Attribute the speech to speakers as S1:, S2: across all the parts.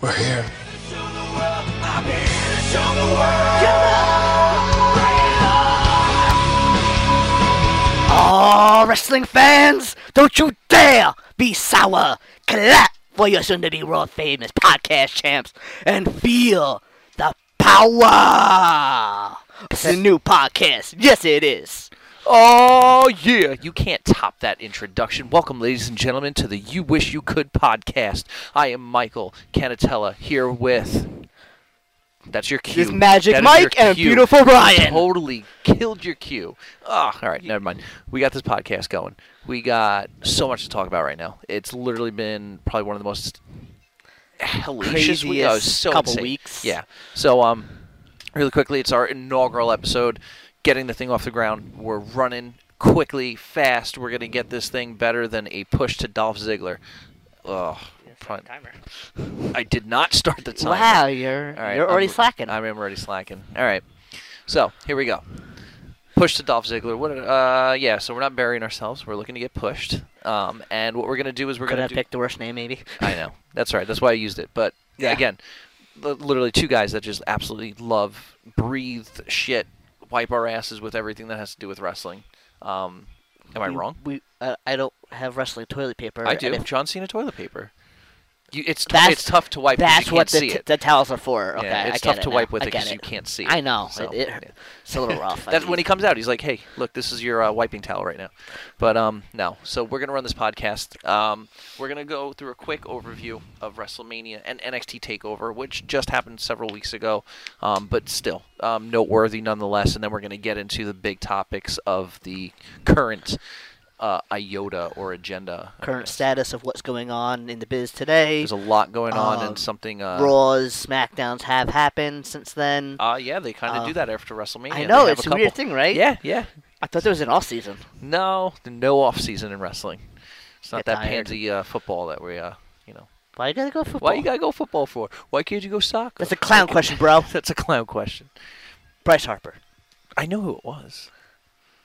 S1: We're here.
S2: Oh, wrestling fans, don't you dare be sour. Clap for your soon to be world famous podcast champs and feel the power. It's a new podcast. Yes, it is.
S3: Oh, yeah. You can't top that introduction. Welcome, ladies and gentlemen, to the You Wish You Could podcast. I am Michael Canatella here with. That's your cue.
S2: This Magic
S3: That is
S2: Mike
S3: your
S2: and
S3: cue.
S2: Beautiful
S3: You
S2: Brian.
S3: Totally killed your cue. Ah, all right, never mind. We got this podcast going. We got so much to talk about right now. It's literally been probably one of the most hellacious week. I was
S2: Craziest
S3: so
S2: couple
S3: insane.
S2: weeks.
S3: Yeah. So um, really quickly, it's our inaugural episode, getting the thing off the ground. We're running quickly, fast. We're gonna get this thing better than a push to Dolph Ziggler. Ugh. probably- I did not start the time.
S2: Wow, you're
S3: All right,
S2: you're already
S3: I'm-
S2: slacking.
S3: I am already slacking. All right. So here we go. Push to Dolph Ziggler. What? Uh, yeah. So we're not burying ourselves. We're looking to get pushed. Um, and what we're gonna do is we're
S2: Could
S3: gonna
S2: have
S3: do,
S2: picked the worst name, maybe.
S3: I know. That's right. That's why I used it. But
S2: Yeah.
S3: again, li- literally two guys that just absolutely love, breathe shit, wipe our asses with everything that has to do with wrestling. Um, am I
S2: We-
S3: wrong?
S2: We, uh, I don't have wrestling toilet paper.
S3: I
S2: and
S3: do.
S2: if-
S3: John Cena toilet paper. You, it's t-
S2: That's-
S3: it's tough to wipe. 'cause
S2: That's
S3: you
S2: what
S3: can't
S2: the,
S3: see
S2: t-
S3: it.
S2: the towels are for. Okay,
S3: yeah,
S2: I
S3: it's
S2: get
S3: tough
S2: it
S3: to
S2: now.
S3: wipe with
S2: I
S3: it
S2: get
S3: because you can't see it.
S2: I know.
S3: So,
S2: it, it,
S3: yeah.
S2: It's a little rough. I
S3: That's when
S2: mean,
S3: he comes out. He's like, "Hey, look, this is your uh, wiping towel right now." But um, no. So we're gonna run this podcast. Um, we're gonna go through a quick overview of WrestleMania and NXT Takeover, which just happened several weeks ago, um, but still um, noteworthy nonetheless. And then we're gonna get into the big topics of the current uh, iota or agenda.
S2: current status of what's going on in the biz today.
S3: There's a lot going on
S2: Um,
S3: and something. Uh,
S2: Raws, Smackdowns have happened since then.
S3: uh, yeah, they kind of
S2: uh,
S3: do that after WrestleMania.
S2: I
S3: They
S2: know
S3: have
S2: it's a,
S3: couple-
S2: weird thing, right?
S3: Yeah, yeah.
S2: I thought there was an off season.
S3: No, no off season in wrestling. It's not
S2: Get
S3: that
S2: tired.
S3: pansy uh, football that we, uh, you know.
S2: Why you gotta go football?
S3: Why you gotta go football for? Why can't you go soccer?
S2: That's a clown question, bro.
S3: That's a clown question.
S2: Bryce Harper.
S3: I know who it was.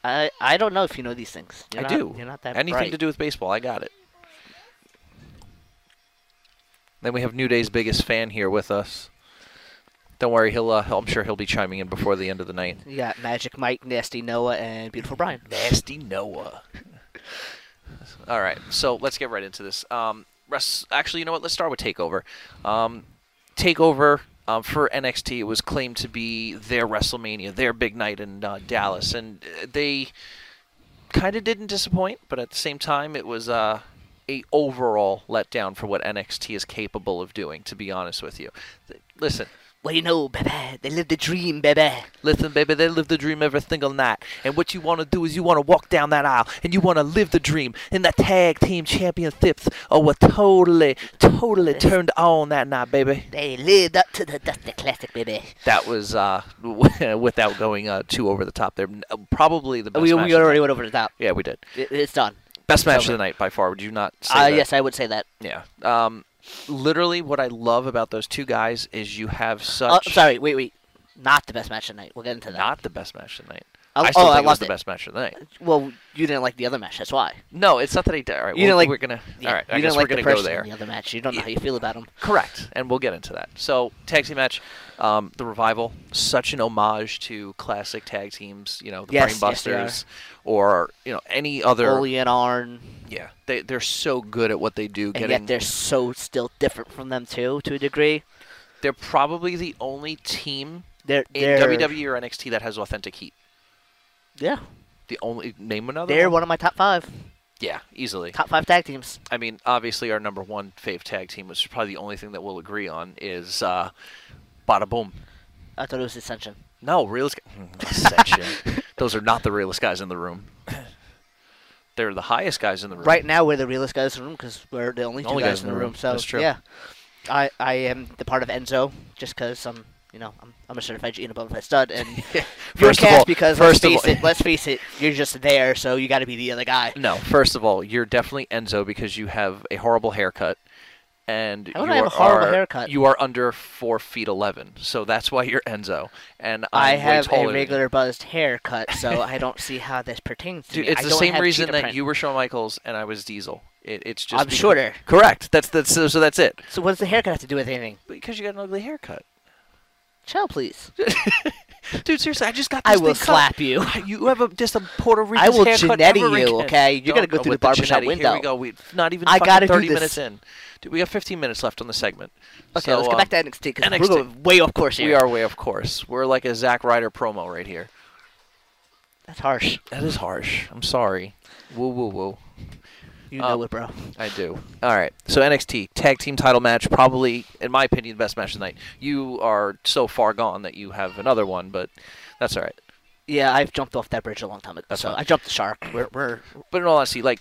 S2: I I don't know if you know these things. You're
S3: I
S2: not-
S3: do.
S2: You're not that
S3: Anything
S2: bright.
S3: to do with baseball, I got it. Then we have New Day's biggest fan here with us. Don't worry, he'll. Uh, I'm sure he'll be chiming in before the end of the night.
S2: You got Magic Mike, Nasty Noah, and Beautiful Brian.
S3: Nasty Noah. All right, so let's get right into this. Um, Russ, actually, you know what? Let's start with Takeover. Um, Takeover um, for NXT it was claimed to be their WrestleMania, their big night in uh, Dallas, and uh, they kind of didn't disappoint, but at the same time, it was uh, a overall letdown for what NXT is capable of doing. To be honest with you, Th- listen.
S2: Well, you know, baby, they live the dream, baby.
S3: Listen, baby, they live the dream every single night. And what you want to do is you want to walk down that aisle and you want to live the dream. And the tag team championships are what totally, totally turned on that night, baby.
S2: They lived up to the Dusty Classic, baby.
S3: That was, uh, without going uh, too over the top there, uh, probably the best
S2: We,
S3: match.
S2: we
S3: of the
S2: already
S3: night.
S2: went over the top.
S3: Yeah, we did.
S2: It, it's done.
S3: Best match
S2: over.
S3: of the night by far. Would you not say
S2: Uh,
S3: that?
S2: yes, I would say that.
S3: Yeah. Um, literally, what I love about those two guys is you have
S2: Oh,
S3: such.
S2: sorry, wait, wait. Not the best match tonight. We'll get into that.
S3: Not the best match of the night.
S2: Oh,
S3: I still
S2: oh,
S3: think
S2: I
S3: it was
S2: loved
S3: the
S2: it.
S3: best match of the night.
S2: Well, you didn't like the other match. That's why.
S3: No, it's not that I did. All right,
S2: You
S3: well,
S2: didn't like-
S3: we're gonna.
S2: Yeah,
S3: all right, I
S2: you
S3: guess
S2: didn't
S3: we're
S2: like
S3: gonna
S2: the person
S3: go there.
S2: in the other match. You don't know how you feel about him.
S3: Correct, and we'll get into that. So, tag team match, um, the revival, such an homage to classic tag teams. You know, the
S2: Yes, yes, they
S3: Brainbusters, or you know any other.
S2: Oli and Arn,
S3: Yeah, they they're so good at what they do.
S2: and
S3: Getting
S2: yet they're so still different from them too, to a degree.
S3: they're probably the only team
S2: They're
S3: in E.
S2: they're
S3: WWE or NXT that has authentic heat.
S2: yeah.
S3: The only name another.
S2: They're
S3: one?
S2: one of my top five,
S3: Yeah, easily.
S2: top five tag teams.
S3: I mean, obviously, our number one fave tag team, which is probably the only thing that we'll agree on, is uh, Bada Boom.
S2: I thought it was Ascension.
S3: No, realist. Ascension. Those are not the realest guys in the room. They're the highest guys in the room.
S2: Right now, we're the realest guys in the room because we're the only two
S3: Only
S2: guys, in the room. So
S3: That's true.
S2: yeah, I I am the part of Enzo just because I'm you know I'm, I'm a certified Gina Butterfly stud and you're a
S3: First of
S2: cast
S3: all-
S2: because
S3: first of
S2: let's face
S3: all-
S2: it, let's face it, you're just there, so you got to be the other guy.
S3: No, first of all, you're definitely Enzo because you have a horrible haircut, and
S2: How would
S3: you
S2: I have
S3: are,
S2: a horrible haircut?
S3: you are under four feet eleven, so that's why you're Enzo. And
S2: I
S3: I'm way
S2: have
S3: taller
S2: a
S3: than you.
S2: regular buzzed haircut, so I don't see how this pertains to
S3: Dude,
S2: me.
S3: it's
S2: I
S3: the
S2: don't
S3: same
S2: have
S3: reason
S2: cheetah
S3: that
S2: print.
S3: you were Shawn Michaels and I was Diesel. It, it's just
S2: I'm
S3: because-
S2: shorter.
S3: Correct. That's that's so, so that's it.
S2: So what does the haircut have to do with anything?
S3: Because you got an ugly haircut,
S2: Chill, please.
S3: dude. Seriously, I just got. This
S2: I will
S3: thing cut.
S2: slap you.
S3: You have a, just a Puerto Rican
S2: I will
S3: haircut
S2: Genetti
S3: ever
S2: you,
S3: again.
S2: okay? You're gonna
S3: Don't-
S2: go
S3: oh,
S2: through
S3: with
S2: the barbershop
S3: Genetti, Here we
S2: window.
S3: go. We not even
S2: I
S3: fucking
S2: gotta do
S3: thirty
S2: this.
S3: minutes in. Dude, we got fifteen minutes left on the segment.
S2: Okay,
S3: So,
S2: let's go
S3: um,
S2: back to NXT because we're
S3: NXT.
S2: going way off course here.
S3: We are way of course. We're like a Zack Ryder promo right here.
S2: That's harsh.
S3: That is harsh. I'm sorry. Woo woo woo.
S2: You
S3: Um,
S2: know it, bro.
S3: I do. All right. So NXT tag team title match, probably in my opinion, the best match of the night. You are so far gone that you have another one, but that's all right.
S2: Yeah, I've jumped off that bridge a long time ago.
S3: That's
S2: So
S3: fine.
S2: I jumped the shark. We're, we're
S3: But in all honesty, like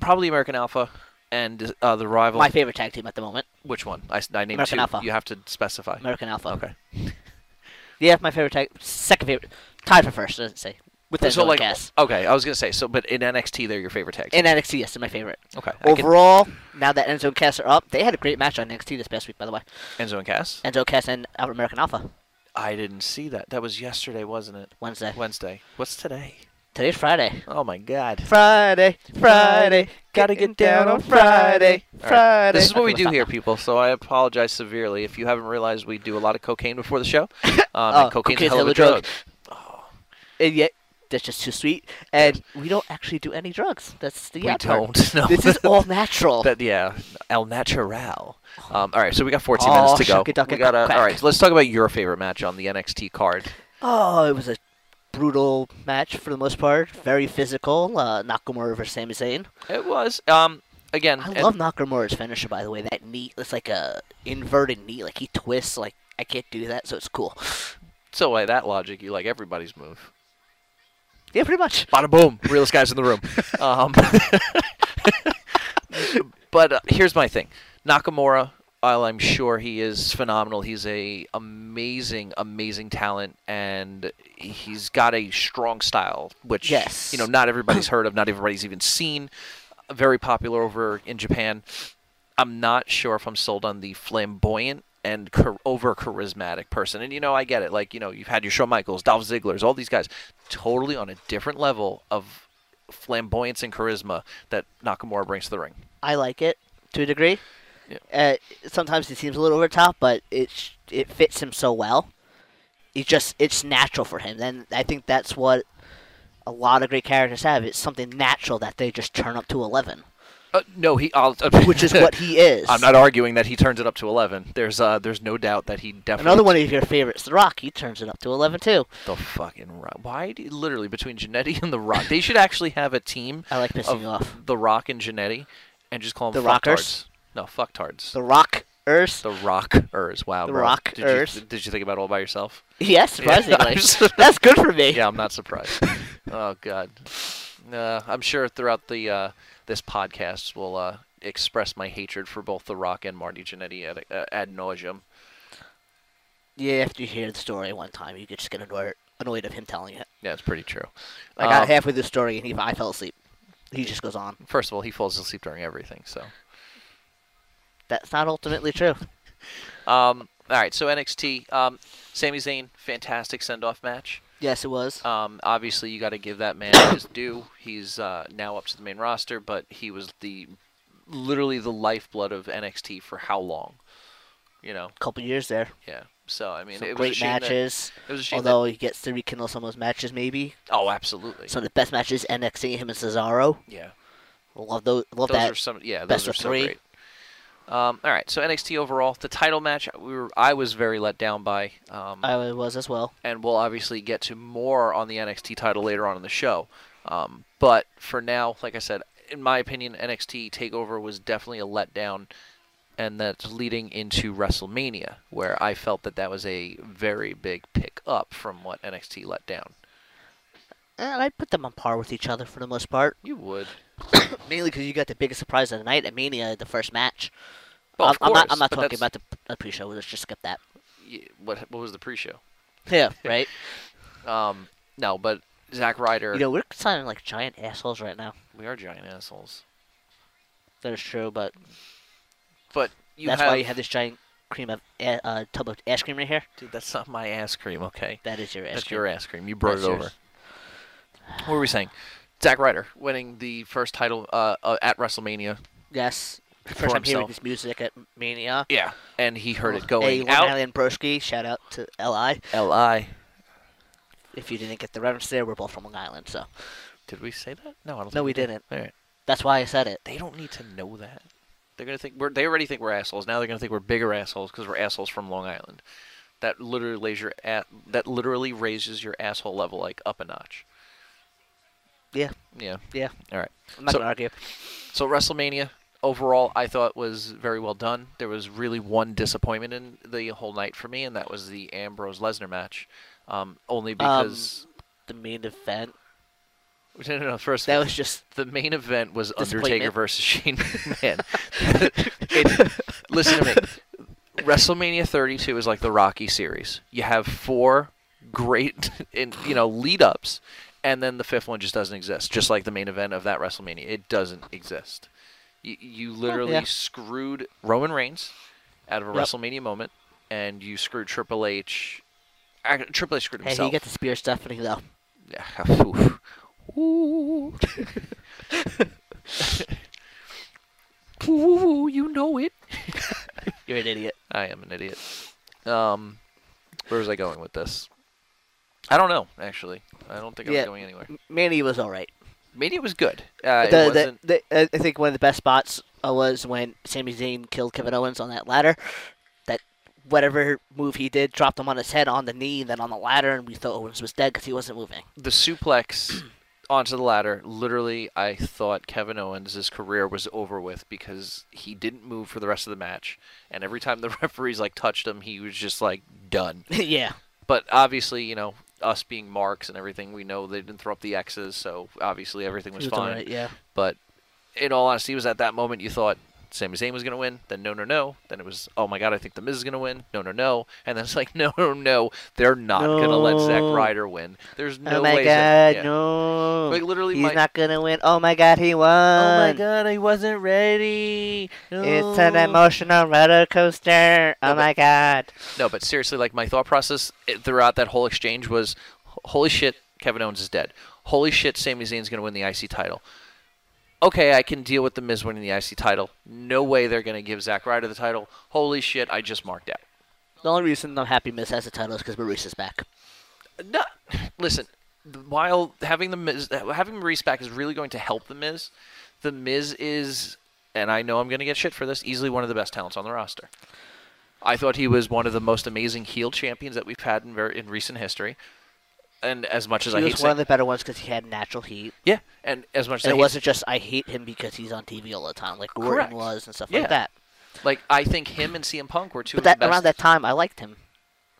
S3: probably American Alpha and uh, the rival.
S2: my favorite tag team at the moment.
S3: Which one? I, s- I named
S2: American
S3: two.
S2: Alpha.
S3: You have to specify.
S2: American Alpha.
S3: Okay.
S2: Yeah, my favorite tag. Second favorite. Tied for first. Doesn't say. With the
S3: so like
S2: Cass.
S3: okay, I was gonna say so, but in NXT they're your favorite tag team.
S2: And NXT, yes, is my favorite.
S3: okay. I can-
S2: Overall, now that Enzo and Cass are up, they had a great match on NXT this past week, by the way.
S3: Enzo and Cass.
S2: Enzo Cass and Albert American Alpha
S3: I didn't see that. That was yesterday, wasn't it?
S2: Wednesday.
S3: Wednesday. What's today?
S2: Today's Friday.
S3: Oh my God.
S2: Friday, Friday,
S3: Gotta
S2: getting
S3: get down on Friday, All right. This is what
S2: Okay,
S3: we
S2: we'll
S3: do
S2: stop
S3: here,
S2: now.
S3: people. So I apologize severely if you haven't realized we do a lot of cocaine before the show. Um,
S2: Oh,
S3: and cocaine's a
S2: cocaine's
S3: hell of a
S2: hella
S3: drug.
S2: drug. And yet, that's just too sweet. And we don't actually do any drugs. That's the
S3: we
S2: odd part.
S3: don't. No.
S2: This is all natural.
S3: That yeah, El Natural. Um, all right, so we got 14
S2: Oh,
S3: minutes to go.
S2: shucky ducky
S3: We gotta,
S2: quack.
S3: all right, so let's talk about your favorite match on the NXT card.
S2: Oh, it was a brutal match for the most part. Very physical. Uh, Nakamura versus Sami Zayn.
S3: It was um again.
S2: I
S3: and-
S2: love Nakamura's finisher, by the way. That knee, it's like a inverted knee. Like he twists. Like I can't do that, so it's cool.
S3: so by that logic, you like everybody's move.
S2: Yeah, pretty much.
S3: Bada boom, realest guys in the room. um, but uh, here's my thing, Nakamura. While I'm sure he is phenomenal, he's a amazing, amazing talent, and he's got a strong style, which
S2: Yes.
S3: you know not everybody's heard of, not everybody's even seen. Very popular over in Japan. I'm not sure if I'm sold on the flamboyant and char- over charismatic person. And you know, I get it. Like you know, you've had your Shawn Michaels, Dolph Ziggler's, all these guys, totally on a different level of flamboyance and charisma that Nakamura brings to the ring.
S2: I like it to a degree.
S3: Yeah.
S2: Uh, sometimes it seems a little over the top, but it sh- it fits him so well. It just it's natural for him, and I think that's what a lot of great characters have. It's something natural that they just turn up to eleven,
S3: Uh, no, he, I'll,
S2: which is what he is.
S3: I'm not arguing that he turns it up to 11. There's, uh, there's no doubt that he definitely.
S2: Another one of your favorites, The Rock. He turns it up to eleven too.
S3: The fucking Rock. Why do you, literally between Janetti and The Rock? They should actually have a team.
S2: I like pissing
S3: of
S2: you off.
S3: The Rock and Janetti, and just call them
S2: The
S3: fucktards.
S2: Rockers?
S3: No, fucktards.
S2: The Rock, Earth.
S3: The Rockers. Wow.
S2: The
S3: bro.
S2: Rockers.
S3: Did you, did you think about it all by yourself?
S2: Yes,
S3: Yeah,
S2: surprisingly,
S3: I'm s-
S2: that's good for me.
S3: Yeah, I'm not surprised. oh God. Uh, I'm sure throughout the uh, this podcast will uh, express my hatred for both The Rock and Marty Jannetty ad, uh, ad nauseum.
S2: Yeah, after you hear the story one time, you just get annoyed annoyed of him telling it.
S3: Yeah, it's pretty true.
S2: I got
S3: Um,
S2: halfway through the story and he, I fell asleep. He just goes on.
S3: First of all, he falls asleep during everything. So.
S2: That's not ultimately true.
S3: Um, all right. So NXT. Um, Sami Zayn, fantastic send-off match.
S2: Yes, it was.
S3: Um, obviously, you got to give that man his due. He's uh, now up to the main roster, but he was the literally the lifeblood of NXT for how long? You know,
S2: A couple years there.
S3: yeah. So I mean,
S2: Some
S3: it was a
S2: great
S3: shame that-
S2: matches.
S3: it was a shame.
S2: Although he gets to rekindle some of those matches, maybe
S3: that, oh, absolutely.
S2: some of the best matches. NXT him and Cesaro.
S3: yeah,
S2: Love those. Love
S3: those
S2: that.
S3: are some. Yeah, those
S2: best
S3: are
S2: of
S3: so
S2: three.
S3: great. Um, all right. So NXT overall, the title match, we were I was very let down by. Um,
S2: I was as well.
S3: and we'll obviously get to more on the NXT title later on in the show. Um, but for now, like I said, in my opinion, NXT Takeover was definitely a letdown, and that's leading into WrestleMania, where I felt that that was a very big pick up from what NXT let down.
S2: And I put them on par with each other for the most part.
S3: You would,
S2: Mainly because you got the biggest surprise of the night at Mania, the first match.
S3: Well,
S2: I'm,
S3: of
S2: I'm not.
S3: course,
S2: I'm not
S3: but
S2: talking
S3: that's-
S2: about the, the pre-show. Let's just skip that.
S3: y- what what was the pre-show?
S2: Yeah. Right.
S3: Um, no, but Zack Ryder,
S2: you know, we're sounding like giant assholes right now.
S3: we are giant assholes.
S2: That is true, but
S3: But You
S2: That's
S3: have,
S2: why you have this giant cream of a- uh, tub of ice cream right here.
S3: Dude, that's not my ass cream, okay?
S2: That is your ice
S3: That's
S2: cream.
S3: your ass cream. You brought
S2: That's
S3: it over.
S2: yours.
S3: What were we saying? Zack Ryder winning the first title uh, uh, at WrestleMania.
S2: Yes. First
S3: For
S2: time hearing
S3: himself.
S2: this music at Mania.
S3: Yeah, and he heard it
S2: Hey,
S3: going
S2: Long
S3: out.
S2: Island Broski. Shout out to Li.
S3: Li.
S2: If you didn't get the reference there, we're both from Long Island, so
S3: Did we say that? No, I don't.
S2: no,
S3: think
S2: we didn't.
S3: All right.
S2: That's why I said it.
S3: They don't need to know that. They're gonna think we're. They already think we're assholes. Now they're gonna think we're bigger assholes because we're assholes from Long Island. That literally lays your a that literally raises your asshole level like up a notch.
S2: Yeah,
S3: Yeah.
S2: yeah.
S3: All right.
S2: I'm not
S3: So-
S2: gonna argue.
S3: So WrestleMania overall, I thought was very well done. There was really one disappointment in the whole night for me, and that was the Ambrose Lesnar match. Um, only because
S2: The main event.
S3: no, no, no, first
S2: That was just
S3: the main event was Undertaker
S2: Disappointment.
S3: versus Shane McMahon. It- listen to me. WrestleMania 32 is like the Rocky series. You have four great, in, you know, lead ups, and then the fifth one just doesn't exist. Just like the main event of that WrestleMania, it doesn't exist. You, you literally
S2: Oh, yeah.
S3: screwed Roman Reigns out of a
S2: Yep.
S3: WrestleMania moment, and you screwed Triple H. ac- Triple H screwed
S2: hey,
S3: himself.
S2: he got the spear Stephanie though.
S3: Yeah, oof. Ooh. Ooh, you know it.
S2: You're an idiot.
S3: I am an idiot. Um, where was I going with this? I don't know. Actually, I don't think I'm
S2: Yeah.
S3: going anywhere.
S2: Mania was all right.
S3: Maybe it was good. Uh,
S2: the,
S3: it wasn't.
S2: the, the, I- I think one of the best spots uh, was when Sami Zayn killed Kevin Owens on that ladder. That whatever move he did dropped him on his head, on the knee, and then on the ladder, and we thought Owens was dead because he wasn't moving.
S3: the suplex onto the ladder literally i thought kevin owens' career was over with because he didn't move for the rest of the match and every time the referees like touched him he was just like done
S2: yeah,
S3: but obviously you know us being marks and everything we know they didn't throw up the x's so obviously everything was,
S2: he was all
S3: fine
S2: right, yeah.
S3: but in all honesty, it was at that moment you thought Sami Zayn was going to win. Then no, no, no. Then it was, oh my God, I think The Miz is going to win. No, no, no. And then it's like, no, no, no. They're not going to let Zack
S2: No.
S3: Ryder win. There's no
S2: oh my
S3: way.
S2: god,
S3: Zack- yeah.
S2: no!
S3: Like, literally,
S2: he's
S3: my-
S2: not gonna win. Oh my god, he won!
S3: Oh my God, I wasn't ready.
S2: It's an
S3: No.
S2: emotional roller coaster. Oh
S3: No,
S2: my god!
S3: No, but seriously, like my thought process it- throughout that whole exchange was, holy shit, Kevin Owens is dead. Holy shit, Sami Zayn's going to win the IC title. Okay, I can deal with the Miz winning the IC title. No way they're going to give Zack Ryder the title. Holy shit, I just marked out.
S2: The only reason I'm happy Miz has the title is because Maurice is back.
S3: No, listen. While having the Miz, having Maurice back is really going to help the Miz. The Miz is, and I know I'm going to get shit for this, easily one of the best talents on the roster. I thought he was one of the most amazing heel champions that we've had in very, in recent history. And as much as
S2: He
S3: I hate
S2: was one of
S3: saying,
S2: the better ones because he had natural heat.
S3: yeah, and as much as
S2: And
S3: I
S2: it
S3: hate-
S2: wasn't just I hate him because he's on TV all the time, like Gordon
S3: Correct.
S2: was and stuff
S3: Yeah.
S2: like that.
S3: like I think him and CM Punk were two
S2: But
S3: of
S2: that
S3: the best.
S2: around that time, I liked him.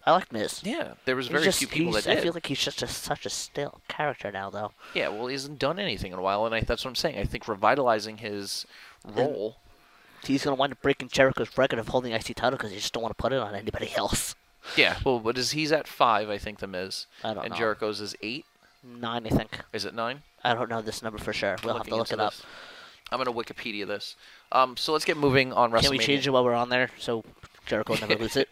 S2: I liked Miz.
S3: yeah, there was
S2: He's
S3: very
S2: just-
S3: few people that
S2: he's-
S3: did.
S2: I feel like he's just a, such a still character now, though.
S3: Yeah, well, he hasn't done anything in a while, and I, that's what I'm saying. I think revitalizing his role.
S2: He's gonna wind up breaking Jericho's record of holding IC title because he just don't want to put it on anybody else.
S3: Yeah. Well, what is he's at five? I think the Miz.
S2: I don't
S3: and
S2: know.
S3: Jericho's is eight.
S2: Nine, I think.
S3: Is it nine?
S2: I don't know this number for sure. We'll have to
S3: Looking
S2: look it
S3: into
S2: up.
S3: this. I'm gonna Wikipedia this. Um, so let's get moving on WrestleMania.
S2: Can we change it while we're on there so Jericho never loses it?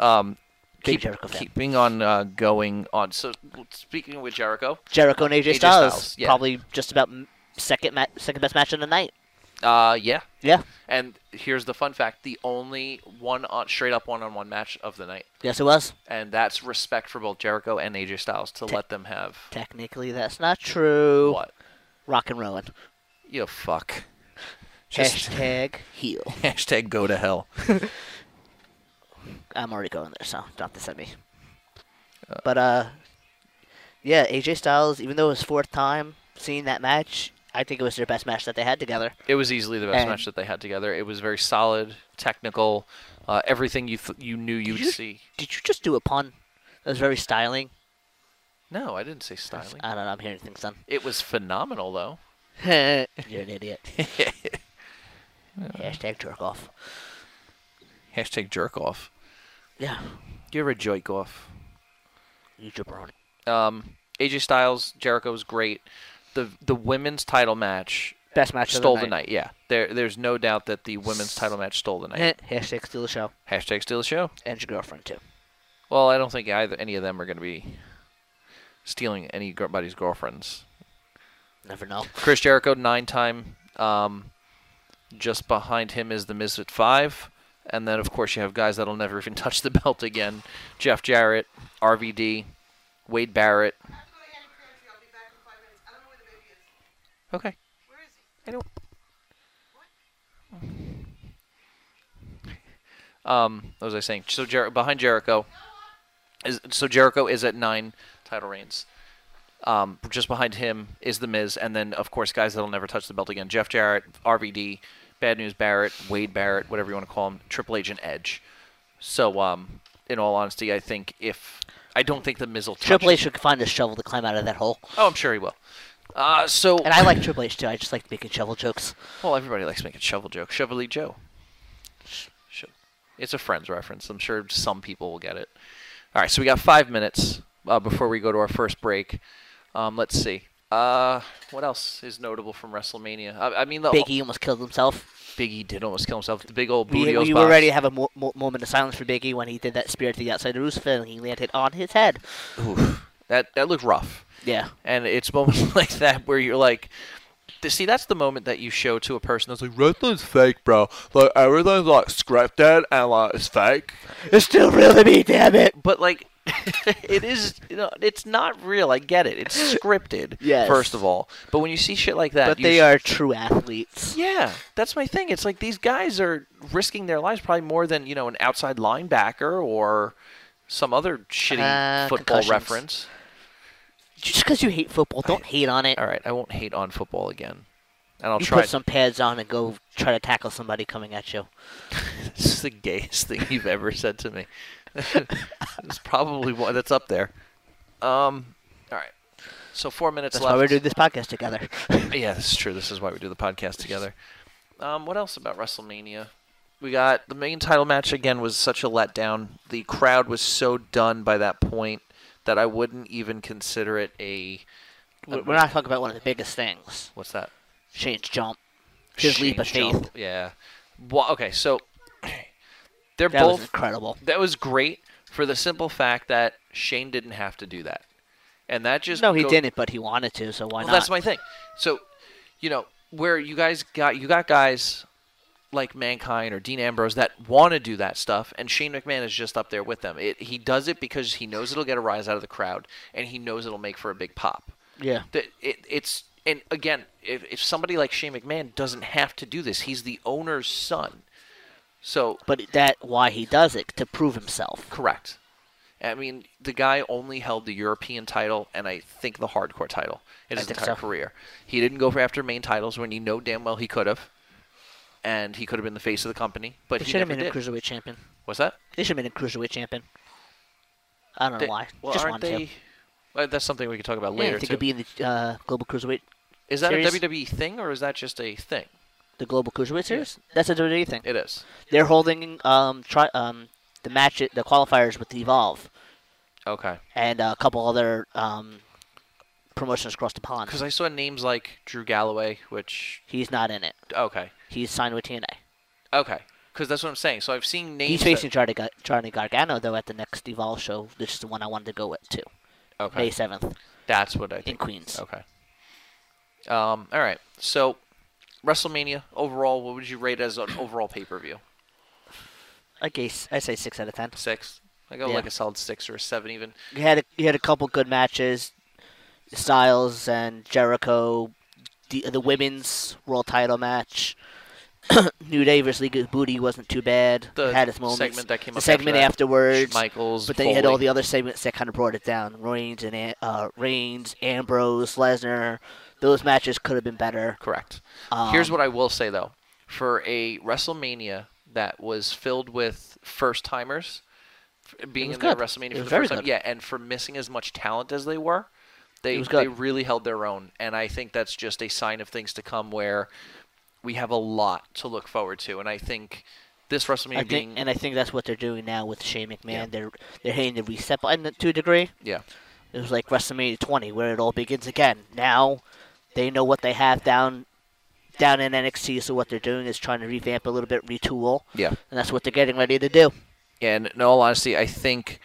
S3: Um,
S2: Big
S3: keep,
S2: Jericho fan.
S3: keeping on uh, going on. So speaking with Jericho,
S2: Jericho and AJ,
S3: AJ
S2: Styles,
S3: Styles, yeah.
S2: probably just about m- second ma- second best match of the night.
S3: uh, yeah.
S2: Yeah.
S3: And here's the fun fact: the only one on, straight up one-on-one match of the night,
S2: Yes, it was.
S3: and that's respect for both Jericho and AJ Styles to
S2: Te-
S3: let them have
S2: Technically, that's not true.
S3: what?
S2: Rock and Rowan.
S3: You fuck. Just
S2: Hashtag heel.
S3: hashtag go to hell.
S2: I'm already going there, so don't this at me. but uh, yeah, AJ Styles. Even though it was fourth time seeing that match, I think it was their best match that they had together.
S3: It was easily the best
S2: And-
S3: match that they had together. It was very solid, technical, uh, everything you th- you knew you'd
S2: you-
S3: see.
S2: Did you just do a pun? That was very styling.
S3: No, I didn't say styling.
S2: I don't know. I'm hearing things done.
S3: It was phenomenal, though.
S2: You're an idiot. Hashtag jerk off.
S3: Hashtag jerk off.
S2: Yeah,
S3: You're a jerk off.
S2: you jabroni.
S3: Um, AJ Styles, Jericho was great. The the women's title match
S2: Best match
S3: stole
S2: of
S3: the night. Yeah, there there's no doubt that the women's title match stole the night.
S2: Eh, Hashtag steal the show
S3: Hashtag steal the show.
S2: and your girlfriend too.
S3: Well, I don't think either any of them are going to be stealing anybody's girlfriends.
S2: Never know.
S3: Chris Jericho nine time. Um, just behind him is the Miz at five, and then of course you have guys that'll never even touch the belt again: Jeff Jarrett, RVD, Wade Barrett. Okay. I don't. Um, what was I saying? So Jer- behind Jericho is so Jericho is at nine title reigns. Um, just behind him is the Miz, and then of course guys that'll never touch the belt again: Jeff Jarrett, RVD, Bad News Barrett, Wade Barrett, whatever you want to call him, Triple H and Edge. So, um, in all honesty, I think if I don't think the Miz will touch
S2: Triple
S3: it.
S2: H should find a shovel to climb out of that hole.
S3: Oh, I'm sure he will. Uh, so
S2: And I like Triple H too. I just like making shovel jokes.
S3: well, everybody likes making shovel jokes. Shovelly Joe. Sho- It's a Friends reference. I'm sure some people will get it. All right, so we got five minutes uh, before we go to our first break. Um, let's see. Uh, what else is notable from WrestleMania? I, I mean, the,
S2: Big E almost killed himself.
S3: Big E did almost kill himself. The big old
S2: We, we
S3: booty
S2: were ready to have a mo- mo- moment of silence for Big E when he did that spear to the outside of Roosevelt and he landed on his head.
S3: That that looked rough.
S2: Yeah.
S3: And it's moments like that where you're like, th- see, that's the moment that you show to a person that's like, wrestling's fake, bro. Like, everything's like scripted and like it's fake.
S2: It's still real to me, damn it.
S3: But like, it is, you know, it's not real. I get it. It's scripted,
S2: Yes.
S3: first of all. But when you see shit like that,
S2: But
S3: you
S2: they
S3: sh-
S2: are true athletes.
S3: Yeah, that's my thing. It's like these guys are risking their lives probably more than you know an outside linebacker or some other shitty
S2: Uh,
S3: football
S2: concussions.
S3: reference.
S2: Just because you hate football, don't hate on it.
S3: All right, I won't hate on football again, and I'll
S2: you
S3: try.
S2: put some pads on and go try to tackle somebody coming at you.
S3: This is the gayest thing you've ever said to me. it's probably one that's up there. Um, all right. So four minutes
S2: That's
S3: left.
S2: why we're doing this podcast together.
S3: yeah, this is true. This is why we do the podcast together. Um, what else about WrestleMania? We got the main title match again was such a letdown. The crowd was so done by that point that I wouldn't even consider it a
S2: We're we're not talking about one of the biggest things.
S3: what's that?
S2: Shane's jump. His leap of
S3: Shane's
S2: faith.
S3: jump. Yeah. Well, okay, so they're
S2: That
S3: both
S2: was incredible.
S3: that was great for the simple fact that Shane didn't have to do that. And that just
S2: No, he
S3: go-
S2: didn't, but he wanted to, so why
S3: Well,
S2: not?
S3: that's my thing. So, you know, where you guys got you got guys like Mankind or Dean Ambrose that want to do that stuff, and Shane McMahon is just up there with them. It, he does it because he knows it'll get a rise out of the crowd, and he knows it'll make for a big pop.
S2: yeah.
S3: That it, it's and again, if, if somebody like Shane McMahon doesn't have to do this, he's the owner's son. So
S2: But that why he does it to prove himself.
S3: Correct. I mean, the guy only held the European title and I think the hardcore title in
S2: I
S3: his
S2: think
S3: entire
S2: so.
S3: career. He didn't go for after main titles when he know damn well he could have, and he could have been the face of the company, but
S2: He
S3: he,
S2: should have
S3: never
S2: been a
S3: did.
S2: cruiserweight champion.
S3: What's that?
S2: They should have been a cruiserweight champion. I don't know
S3: They-
S2: why.
S3: Well,
S2: Just
S3: aren't
S2: wanted
S3: they?
S2: to.
S3: Well, that's something we could talk about
S2: Yeah,
S3: later
S2: I think
S3: too.
S2: it'd be in the uh, global cruiserweight,
S3: is that
S2: series?
S3: a WWE thing or is that just a thing?
S2: the global cruiserweight series. That's a WWE thing.
S3: It is.
S2: They're holding um try um the match the qualifiers with Evolve
S3: Okay.
S2: and a couple other um promotions across the pond.
S3: Because I saw names like Drew Galloway, which
S2: He's not in it.
S3: okay,
S2: He's signed with TNA.
S3: okay. Because that's what I'm saying. So I've seen names.
S2: He's
S3: that-
S2: facing Johnny, Gar- Johnny Gargano though at the next Evolve show. This is the one I wanted to go with too.
S3: okay.
S2: May seventh
S3: That's what I
S2: in
S3: think.
S2: Queens.
S3: Okay. Um, all right. So, WrestleMania overall, what would you rate as an overall pay per view?
S2: I guess I say six out of ten.
S3: Six. I go
S2: Yeah.
S3: like a solid six or a seven, even.
S2: He had a, he had a couple good matches. Styles and Jericho, the the women's world title match. New Day versus League of Booty wasn't too bad.
S3: The
S2: It had its moments.
S3: segment that came
S2: the
S3: up
S2: segment
S3: after that,
S2: afterwards,
S3: Michaels.
S2: but then you had all
S3: Foley.
S2: the other segments that kind of brought it down. Reigns and An- uh, Reigns, Ambrose, Lesnar. Those matches could have been better.
S3: Correct.
S2: Um,
S3: Here's what I will say though, for a WrestleMania that was filled with first timers being
S2: was
S3: in their
S2: good.
S3: WrestleMania
S2: It
S3: for
S2: was
S3: the
S2: very
S3: first time,
S2: good.
S3: yeah, and for missing as much talent as they were, they
S2: was
S3: they
S2: good.
S3: really held their own, and I think that's just a sign of things to come where we have a lot to look forward to, and I think this WrestleMania
S2: I
S3: being
S2: think, and I think that's what they're doing now with Shane McMahon.
S3: Yeah.
S2: They're they're hitting the reset button to a degree.
S3: yeah
S2: It was like WrestleMania 20, where it all begins again. Now they know what they have down down in NXT. So what they're doing is trying to revamp a little bit, retool,
S3: Yeah.
S2: and that's what they're getting ready to do.
S3: And in all honesty, I think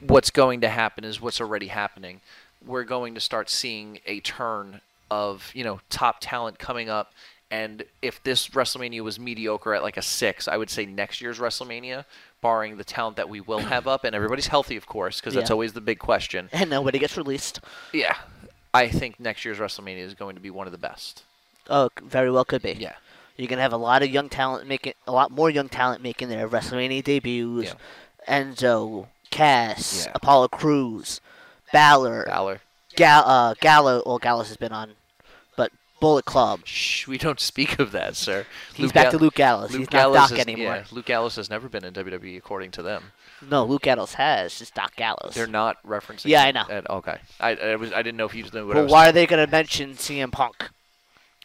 S3: what's going to happen is what's already happening. We're going to start seeing a turn of, you know, top talent coming up. And if this WrestleMania was mediocre at like a six, I would say next year's WrestleMania, barring the talent that we will have up, and everybody's healthy, of course, because that's
S2: Yeah.
S3: always the big question.
S2: And nobody gets released.
S3: Yeah. I think next year's WrestleMania is going to be one of the best.
S2: Oh, c- very well could be.
S3: Yeah.
S2: You're gonna have a lot of young talent making a lot more young talent making their WrestleMania debuts.
S3: Yeah.
S2: Enzo, Cass,
S3: Yeah.
S2: Apollo Cruz, Balor,
S3: Balor.
S2: Gal- uh, Gallo. Well, Gallows has been on, but Bullet Club.
S3: Shh, we don't speak of that, sir.
S2: He's back
S3: Gal-
S2: to Luke Gallows. He's not
S3: Gallows
S2: Doc
S3: has-
S2: anymore.
S3: yeah, Luke Gallows has never been in WWE, according to them.
S2: No, Luke Gallows has. It's Doc Gallows.
S3: They're not referencing.
S2: Yeah, I
S3: him
S2: know.
S3: at- okay, I, I was I didn't know if you just knew what I
S2: well,
S3: was.
S2: why are they gonna mention CM Punk?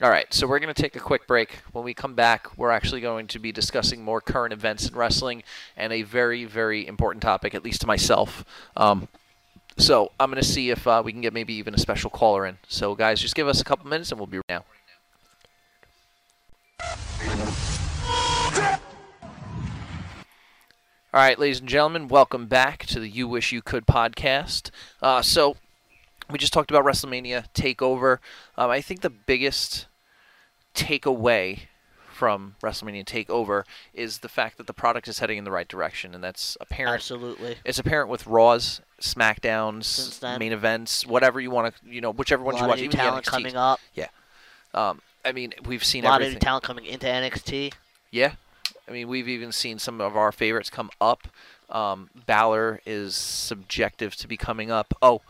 S3: All right, so we're going to take a quick break. When we come back, we're actually going to be discussing more current events in wrestling and a very very important topic, at least to myself. Um, so I'm going to see if uh, we can get maybe even a special caller in. So guys, just give us a couple minutes and we'll be right now. All right, ladies and gentlemen, welcome back to the You Wish You Could podcast. Uh, so, we just talked about WrestleMania Takeover. Um, I think the biggest takeaway from WrestleMania Takeover is the fact that the product is heading in the right direction, and that's apparent.
S2: Absolutely.
S3: It's apparent with Raws, Smackdowns,
S2: Since then.
S3: main events, whatever you want to, you know, whichever
S2: A
S3: one
S2: lot
S3: you
S2: of
S3: watch.
S2: new
S3: even the
S2: talent
S3: NXTs.
S2: coming up.
S3: Yeah. Um, I mean, we've seen
S2: A lot
S3: everything.
S2: of new talent coming into NXT.
S3: Yeah. I mean, we've even seen some of our favorites come up. Um, Balor is subjective to be coming up. Oh,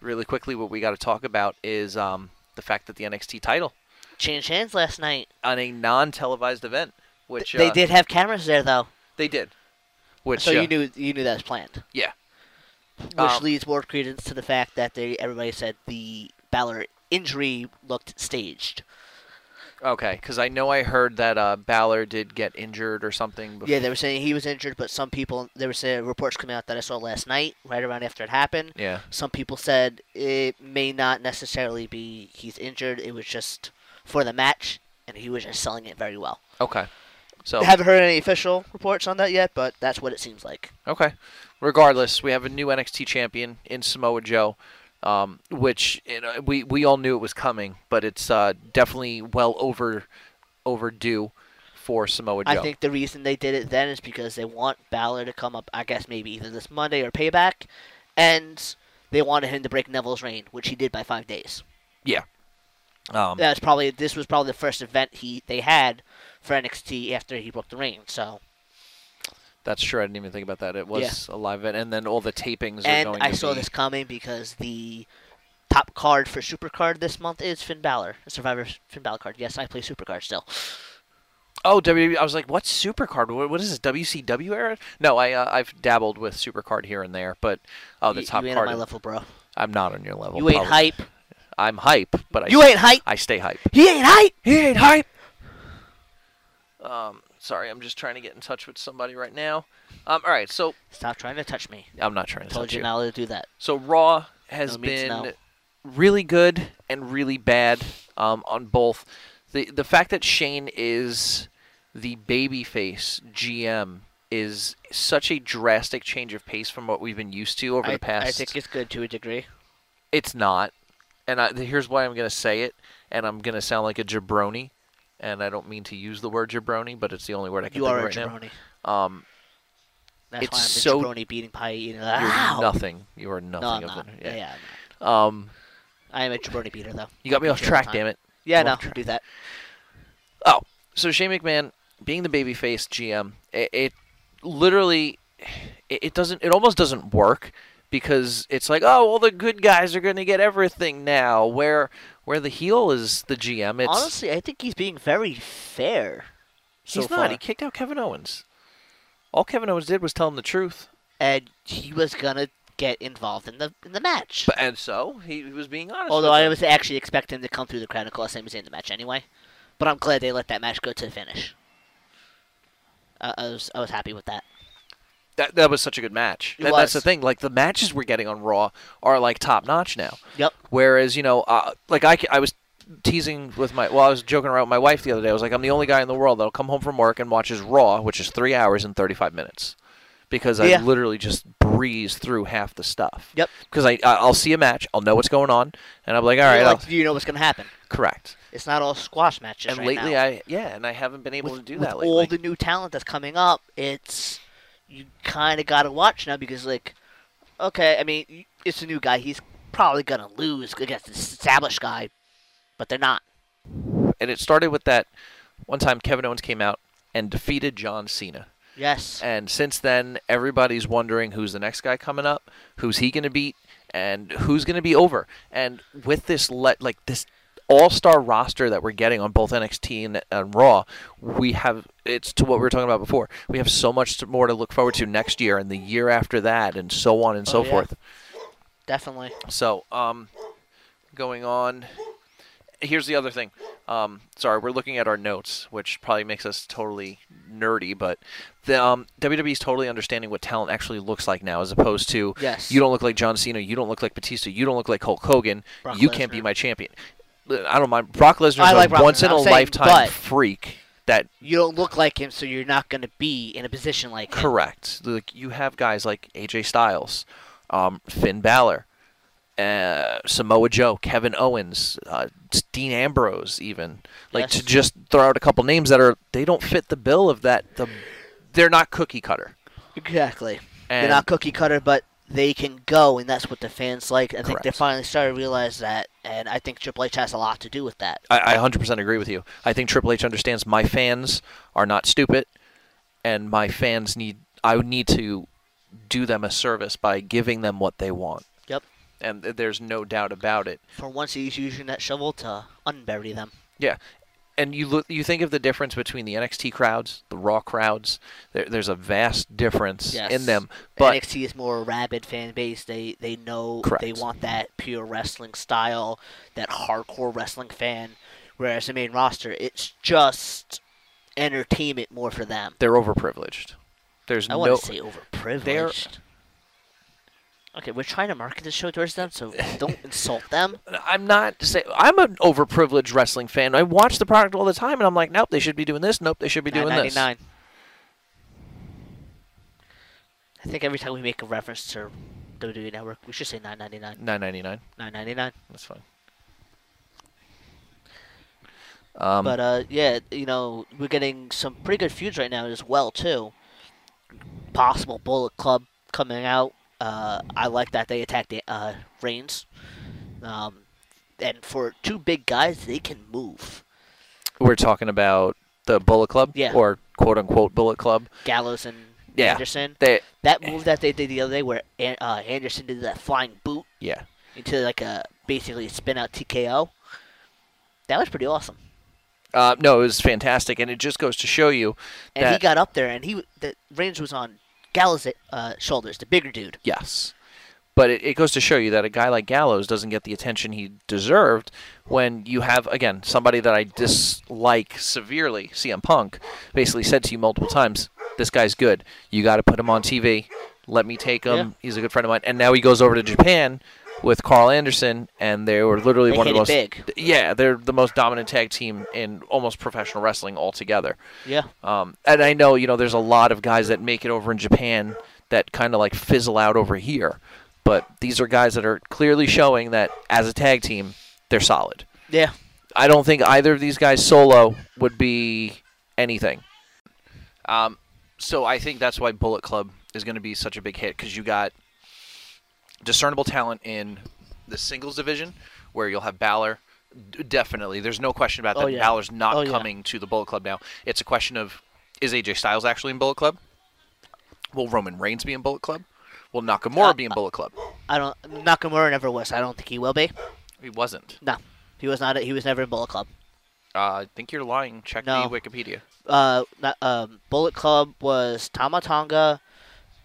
S3: really quickly, what we got to talk about is um, the fact that the NXT title
S2: Changed hands last night.
S3: on a non-televised event, which
S2: They
S3: uh,
S2: did have cameras there though,
S3: they did, which
S2: so
S3: uh,
S2: you knew you knew that was planned.
S3: yeah,
S2: Which
S3: Um,
S2: leads more credence to the fact that they everybody said the Balor injury looked staged.
S3: okay, because I know I heard that uh, Balor did get injured or something. Before.
S2: Yeah, they were saying he was injured, but some people there were saying reports coming out that I saw last night, right around after it happened.
S3: yeah,
S2: Some people said it may not necessarily be he's injured. It was just for the match, and he was just selling it very well.
S3: okay. So
S2: I haven't heard any official reports on that yet, but that's what it seems like.
S3: Okay. Regardless, we have a new NXT champion in Samoa Joe, um, which you know, we we all knew it was coming, but it's uh, definitely well over overdue for Samoa Joe.
S2: I think the reason they did it then is because they want Balor to come up, I guess maybe either this Monday or payback, and they wanted him to break Neville's reign, which he did by five days.
S3: yeah. Um,
S2: That's probably this was probably the first event he they had for NXT after he broke the reign. So
S3: that's true. I didn't even think about that. It was a live event, and then all the tapings are
S2: and
S3: going.
S2: I
S3: to
S2: saw
S3: be-
S2: this coming because the top card for Supercard this month is Finn Balor, Survivor Finn Balor card. Yes, I play Supercard still.
S3: Oh, WWE. I was like, what's Supercard? What, what is this WCW era? No, I uh, I've dabbled with Supercard here and there, but oh, the
S2: you,
S3: top
S2: you ain't
S3: card.
S2: on my level, bro.
S3: I'm not on your level.
S2: you ain't
S3: probably.
S2: hype.
S3: I'm hype, but I
S2: You
S3: s-
S2: ain't hype.
S3: I stay hype.
S2: He ain't hype.
S3: He ain't hype. Um, sorry, I'm just trying to get in touch with somebody right now. Um, all right, so
S2: Stop trying to touch me.
S3: I'm not trying to
S2: Told
S3: touch
S2: you
S3: you.
S2: not to do that.
S3: So Raw has
S2: No means
S3: been
S2: no.
S3: really good and really bad um, on both. The the fact that Shane is the babyface GM is such a drastic change of pace from what we've been used to over
S2: I,
S3: the past.
S2: I think it's good to a degree.
S3: It's not. And I, th- here's why I'm going to say it, and I'm going to sound like a jabroni, and I don't mean to use the word jabroni, but it's the only word I can
S2: You
S3: think
S2: are
S3: of
S2: a
S3: right
S2: jabroni.
S3: now. Um,
S2: That's
S3: it's
S2: why I'm the
S3: so-
S2: jabroni beating pie eating.
S3: you're
S2: Ow!
S3: nothing. You are nothing
S2: no, I'm
S3: of
S2: not.
S3: it.
S2: Yeah, yeah, I'm
S3: yeah. Um,
S2: not. I am a jabroni beater though.
S3: you got me
S2: Beat
S3: off
S2: you all the
S3: track,
S2: time.
S3: damn it.
S2: Yeah,
S3: I'm
S2: no,
S3: off track.
S2: do that.
S3: Oh, so Shane McMahon being the babyface GM, it, it literally, it, it doesn't, it almost doesn't work because it's like, oh, all the good guys are going to get everything now. Where where the heel is the GM, it's
S2: Honestly, I think he's being very fair. So
S3: He's
S2: far.
S3: not. He kicked out Kevin Owens. All Kevin Owens did was tell him the truth.
S2: and he was gonna get involved in the in the match.
S3: But, and so he was being honest.
S2: Although
S3: with
S2: I
S3: him.
S2: was actually expecting him to come through the crowd and call Sami Zayn the match anyway. But I'm glad they let that match go to the finish. I, I was I was happy with that.
S3: that that was such a good match.
S2: It
S3: And that's the
S2: was.
S3: thing. Like the matches we're getting on Raw are like top notch now.
S2: Yep.
S3: Whereas you know, uh, like I, c- I was teasing with my. Well, I was joking around with my wife the other day. I was like, I'm the only guy in the world that'll come home from work and watches Raw, which is three hours and 35 minutes, because
S2: Yeah.
S3: I literally just breeze through half the stuff.
S2: Yep.
S3: Because I I- I'll see a match, I'll know what's going on, and I'm like, all right,
S2: like,
S3: I'll-
S2: you know what's gonna happen.
S3: correct.
S2: It's not all squash matches.
S3: uh, and
S2: right
S3: lately,
S2: now.
S3: I yeah, and I haven't been able
S2: with,
S3: to do
S2: with
S3: that
S2: all
S3: lately.
S2: the new talent that's coming up, it's you kind of gotta watch now because like, okay, I mean, y- it's a new guy. He's probably gonna lose against this established guy, but they're not.
S3: and it started with that one time Kevin Owens came out and defeated John Cena.
S2: Yes,
S3: And since then, everybody's wondering who's the next guy coming up, who's he going to beat, and who's going to be over. And with this, let like this all-star roster that we're getting on both NXT and, and Raw, we have it's to what we were talking about before. We have so much more to look forward to next year and the year after that, and so on and so
S2: Oh, yeah.
S3: forth.
S2: definitely.
S3: So, um, going on. Here's the other thing. Um, sorry, we're looking at our notes, which probably makes us totally nerdy, but the um, WWE is totally understanding what talent actually looks like now, as opposed to
S2: Yes.
S3: you don't look like John Cena, you don't look like Batista, you don't look like Hulk Hogan,
S2: Brock
S3: you can't
S2: Lesnar.
S3: be my champion. I don't mind. Brock Lesnar's
S2: I like
S3: a
S2: Brock
S3: once
S2: Lesnar,
S3: in a
S2: I'm saying,
S3: lifetime
S2: but-
S3: freak. That
S2: You don't look like him, so you're not gonna be in a position like him.
S3: Correct. Like you have guys like AJ Styles, um, Finn Balor, uh, Samoa Joe, Kevin Owens, uh, Dean Ambrose, even like
S2: Yes.
S3: to just throw out a couple names that are they don't fit the bill of that. The they're not cookie cutter.
S2: Exactly.
S3: And
S2: they're not cookie cutter, but they can go, and that's what the fans like. I think they
S3: Correct.
S2: finally started to realize that, and I think Triple H has a lot to do with that.
S3: I, I 100% agree with you. I think Triple H understands my fans are not stupid, and my fans need I would need to do them a service by giving them what they want.
S2: Yep.
S3: And th- there's no doubt about it.
S2: For once, he's using that shovel to unbury them.
S3: Yeah, and you look, you think of the difference between the NXT crowds, the Raw crowds. There, there's a vast difference
S2: Yes.
S3: in them. But
S2: NXT is more a rabid fan base. They they know they
S3: Correct.
S2: want that pure wrestling style, that hardcore wrestling fan. Whereas the main roster, it's just entertainment more for them.
S3: they're overprivileged. There's
S2: I
S3: no.
S2: want to say overprivileged. Okay, we're trying to market the show towards them, so don't insult them.
S3: I'm not say I'm an overprivileged wrestling fan. I watch the product all the time, and I'm like, nope, they should be doing this. Nope, they should be doing this.
S2: 999. I think every time we make a reference to WWE Network, we should say 999.
S3: Nine ninety nine.
S2: 999.
S3: That's fine. Um,
S2: but uh, yeah, you know, we're getting some pretty good feuds right now as well too. Possible Bullet Club coming out. Uh, I like that they attacked uh, Reigns. Um, and for two big guys, they can move.
S3: we're talking about the Bullet Club,
S2: Yeah.
S3: or quote unquote Bullet Club.
S2: Gallows and
S3: Yeah. Eh.
S2: Anderson.
S3: They,
S2: That move that they did the other day, where An- uh, Anderson did that flying boot
S3: yeah.
S2: into like a basically a spin out TKO. That was pretty awesome.
S3: Uh, no, it was fantastic, and it just goes to show you
S2: And he
S3: that
S2: got up there, and he the Reigns was on Gallows' uh, shoulders, the bigger dude.
S3: Yes. But it, it goes to show you that a guy like Gallows doesn't get the attention he deserved when you have, again, somebody that I dislike severely, CM Punk, basically said to you multiple times, This guy's good. You got to put him on TV. Let me take him.
S2: Yeah.
S3: He's a good friend of mine. And now he goes over to Japan with Carl Anderson, and they were literally
S2: They
S3: one of the most.
S2: hit it big.
S3: Yeah, they're the most dominant tag team in almost professional wrestling altogether.
S2: Yeah.
S3: Um, and I know, you know, there's a lot of guys that make it over in Japan that kind of like fizzle out over here. But these are guys that are clearly showing that as a tag team, they're solid.
S2: Yeah.
S3: I don't think either of these guys solo would be anything. Um, so I think that's why Bullet Club is going to be such a big hit because you got discernible talent in the singles division where you'll have Balor. D- definitely. There's no question about that.
S2: Oh, yeah.
S3: Balor's not
S2: Oh, yeah.
S3: coming to the Bullet Club now. It's a question of is AJ Styles actually in Bullet Club? Will Roman Reigns be in Bullet Club? Will Nakamura be in Bullet Club?
S2: I don't. Nakamura never was. I don't think he will be.
S3: He wasn't.
S2: No, he was not. He was never in Bullet Club.
S3: Uh, I think you're lying. Check
S2: No.
S3: the Wikipedia.
S2: Uh, not, um, Bullet Club was Tama Tonga,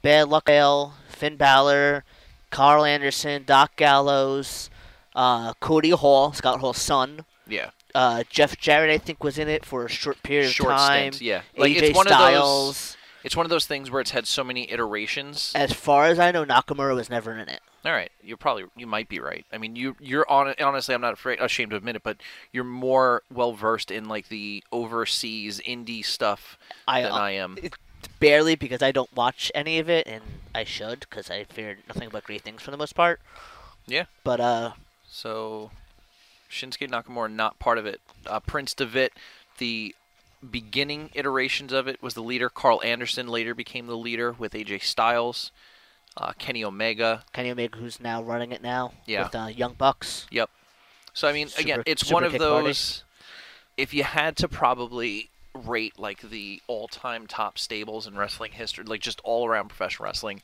S2: Bad Luck Bale, Finn Balor, Carl Anderson, Doc Gallows, uh, Cody Hall, Scott Hall's son.
S3: Yeah.
S2: Uh, Jeff Jarrett, I think, was in it for a short period
S3: Short
S2: of time.
S3: stint, yeah.
S2: Like,
S3: Like,
S2: AJ
S3: it's one of those-
S2: Styles. Eh.
S3: It's one of those things where it's had so many iterations.
S2: As far as I know, Nakamura was never in it.
S3: All right, you're probably you might be right. I mean, you you're on honestly, I'm not afraid, ashamed to admit it, but you're more well versed in like the overseas indie stuff
S2: I,
S3: than
S2: uh,
S3: I am.
S2: it- barely because I don't watch any of it, and I should because I fear nothing but great things for the most part.
S3: Yeah.
S2: But uh,
S3: So, Shinsuke Nakamura not part of it. Uh, Prince Devitt, the beginning iterations of it was the leader. Carl Anderson later became the leader with AJ Styles, uh, Kenny Omega.
S2: Kenny Omega, who's now running it now
S3: Yeah.
S2: with uh, Young Bucks,
S3: Yep. So I mean, again,
S2: Super-
S3: it's
S2: Super
S3: one of
S2: Kick Party.
S3: those. If you had to probably rate like the all-time top stables in wrestling history, like just all around professional wrestling,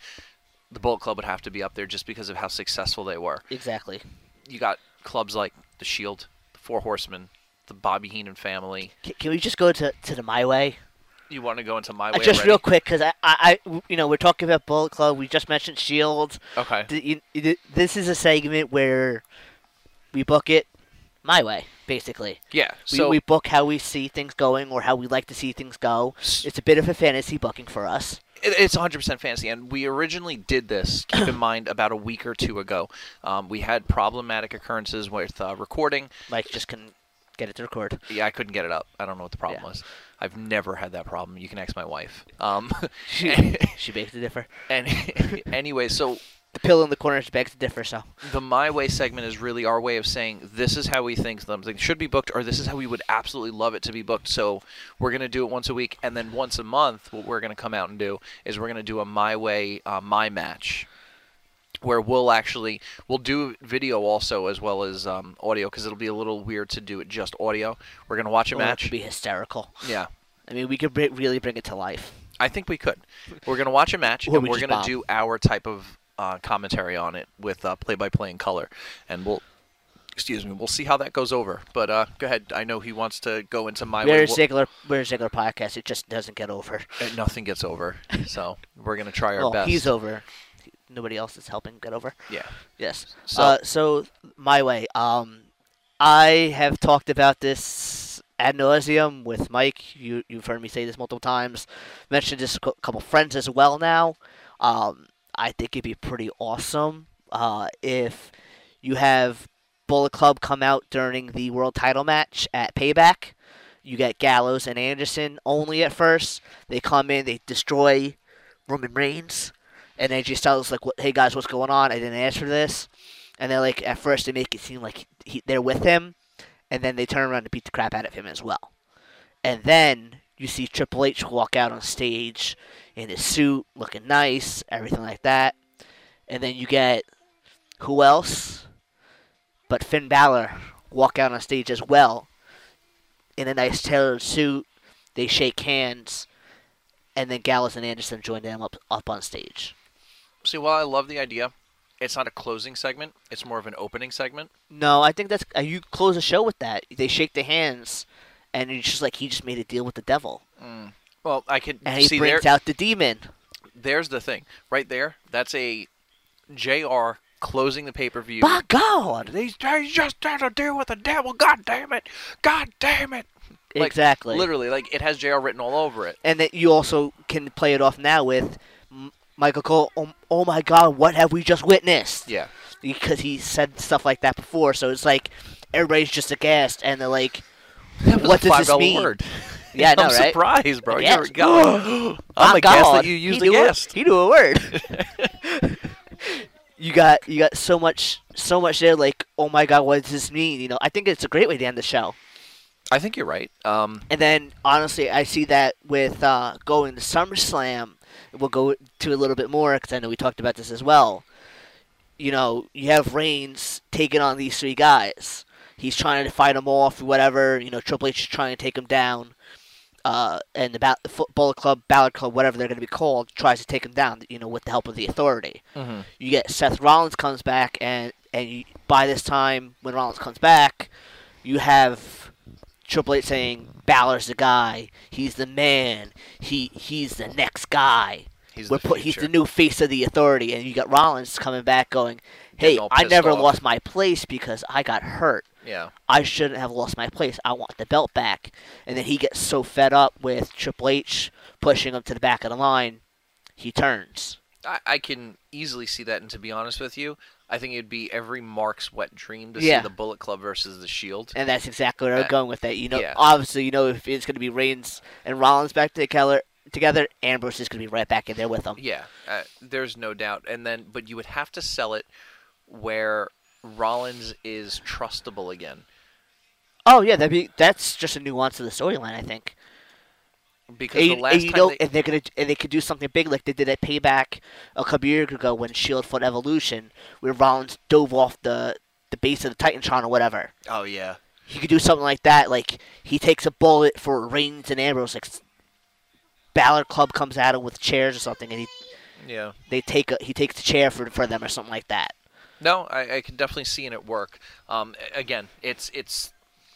S3: the Bullet Club would have to be up there just because of how successful they were.
S2: exactly.
S3: you got clubs like the Shield, the Four Horsemen, the Bobby Heenan family.
S2: C- can we just go to, to the My Way?
S3: You want to go into my
S2: Uh,
S3: way?
S2: just
S3: already?
S2: real quick, because I, I, I- you know, we're talking about Bullet Club. We just mentioned Shield.
S3: Okay.
S2: E Th- you- you did- This is a segment where we book it my way, basically.
S3: Yeah.
S2: We,
S3: So
S2: we book how we see things going or how we like to see things go.
S3: S-
S2: It's a bit of a fantasy booking for us.
S3: it- it's 100% fantasy, and we originally did this. Keep in mind, about a week or two ago, um, we had problematic occurrences with uh, recording.
S2: Mike just couldn't get it to record.
S3: Yeah, I couldn't get it up. I don't know what the problem
S2: Yeah.
S3: was. I've never had that problem. You can ask my wife. Um,
S2: She, she begs to differ.
S3: and anyway, so
S2: The pillow in the corner she begs to differ, so
S3: the my way segment is really our way of saying this is how we think something should be booked or this is how we would absolutely love it to be booked so we're going to do it once a week and then once a month what we're going to come out and do is we're going to do a my way uh, my match where we'll actually we'll do video also as well as um, audio because it'll be a little weird to do it just audio we're going to watch a
S2: Or it
S3: match
S2: Oh, could be hysterical.
S3: yeah
S2: I mean, we could br- really bring it to life.
S3: I think we could. We're gonna watch a match
S2: Or
S3: and
S2: we
S3: we're
S2: just
S3: gonna
S2: bomb.
S3: do our type of uh, commentary on it with uh, play-by-play in color, and we'll excuse me, we'll see how that goes over. But uh, go ahead. I know he wants to go into my
S2: We're
S3: way.
S2: a Ziggler, we're a Ziggler podcast. It just doesn't get over.
S3: We'll- uh, nothing gets over, so we're gonna try our
S2: Well,
S3: best.
S2: he's over. Nobody else is helping get over.
S3: Yeah.
S2: Yes.
S3: So-
S2: So, uh, so my way. Um, I have talked about this ad nauseum with Mike. You you've heard me say this multiple times. Mentioned this to a couple friends as well. Now, um, I think it'd be pretty awesome uh, if you have Bullet Club come out during the World Title match at Payback. You get Gallows and Anderson only at first. They come in, they destroy Roman Reigns. And AJ Styles is like, "What- "Hey guys, what's going on? I didn't ask for this." And they're like, at first they make it seem like he, they're with him, and then they turn around and beat the crap out of him as well. And then you see Triple H walk out on stage in his suit, looking nice, everything like that. And then you get who else? But Finn Balor walk out on stage as well in a nice tailored suit. They shake hands, and then Gallows and Anderson join them up up on stage.
S3: See, while I love the idea, it's not a closing segment. It's more of an opening segment.
S2: No, I think that's uh, you close the show with that. They shake the hands, and it's just like he just made a deal with the devil,
S3: Well, I could
S2: and he
S3: see there.
S2: brings out the demon.
S3: There's the thing, right there. That's a Jr. closing the pay-per-view.
S2: By God,
S3: These days just had to deal with the devil. God damn it! God damn it! Like,
S2: exactly.
S3: Literally, like it has JR written all over it.
S2: And that you also can play it off now with M- Michael Cole. Oh, oh my God, what have we just witnessed?
S3: Yeah.
S2: because he said stuff like that before. So it's like everybody's just aghast, and they're like,
S3: That was
S2: "What
S3: a
S2: does this
S3: $5
S2: mean?"
S3: word.
S2: Yeah, I know,
S3: I'm
S2: right?
S3: surprised, bro.
S2: Yes.
S3: You're a god. I'm
S2: My
S3: aghast that
S2: "Ah, God,
S3: you used
S2: he
S3: a
S2: knew
S3: guest.
S2: He knew a word. you got you got so much so much there. Like, oh my God, what does this mean? You know, I think it's a great way to end the show.
S3: I think you're right. Um,
S2: And then honestly, I see that with uh, going to SummerSlam, we'll go to a little bit more because I know we talked about this as well. You know, you have Reigns taking on these three guys. He's trying to fight them off, whatever. You know, Triple H is trying to take him down. Uh, and the, ba- the Fo- Bullet Club, Ballard Club, whatever they're going to be called, tries to take him down. You know, with the help of the Authority.
S3: mm-hmm.
S2: You get Seth Rollins comes back, and and you, by this time, when Rollins comes back, you have Triple H saying Balor's the guy. He's the man. He he's the next guy.
S3: He's
S2: We're
S3: the
S2: put, he's the
S3: future.
S2: new face of the authority, and you got Rollins coming back going, "Hey,
S3: all
S2: I
S3: pissed
S2: never
S3: off.
S2: lost my place because I got hurt.
S3: Yeah.
S2: I shouldn't have lost my place. I want the belt back." And then he gets so fed up with Triple H pushing him to the back of the line, he turns.
S3: I, I can easily see that, and to be honest with you, I think it'd be every Mark's wet dream to
S2: Yeah.
S3: see the Bullet Club versus the Shield.
S2: And that's exactly where I'm
S3: Uh,
S2: going with it. You know,
S3: yeah.
S2: obviously, you know if it's going to be Reigns and Rollins back together, together, Ambrose is going to be right back in there with them.
S3: Yeah, uh, there's no doubt. And then, but you would have to sell it where Rollins is trustable again,
S2: Oh yeah, that be that's just a nuance of the storyline, I think.
S3: because
S2: And,
S3: the
S2: you-
S3: last
S2: and you
S3: time
S2: know,
S3: they-
S2: and they're gonna and they could do something big like they did at Payback a couple years ago when Shield E fought Evolution, where Rollins dove off the the base of the Titantron or whatever.
S3: oh yeah,
S2: He could do something like that. Like he takes a bullet for Reigns and Ambrose. Like s- Balor Club comes at him with chairs or something, and he
S3: yeah.
S2: they take a, he takes the chair for for them or something like that.
S3: No, I, I can definitely see it at work. Um, a- again, it's it's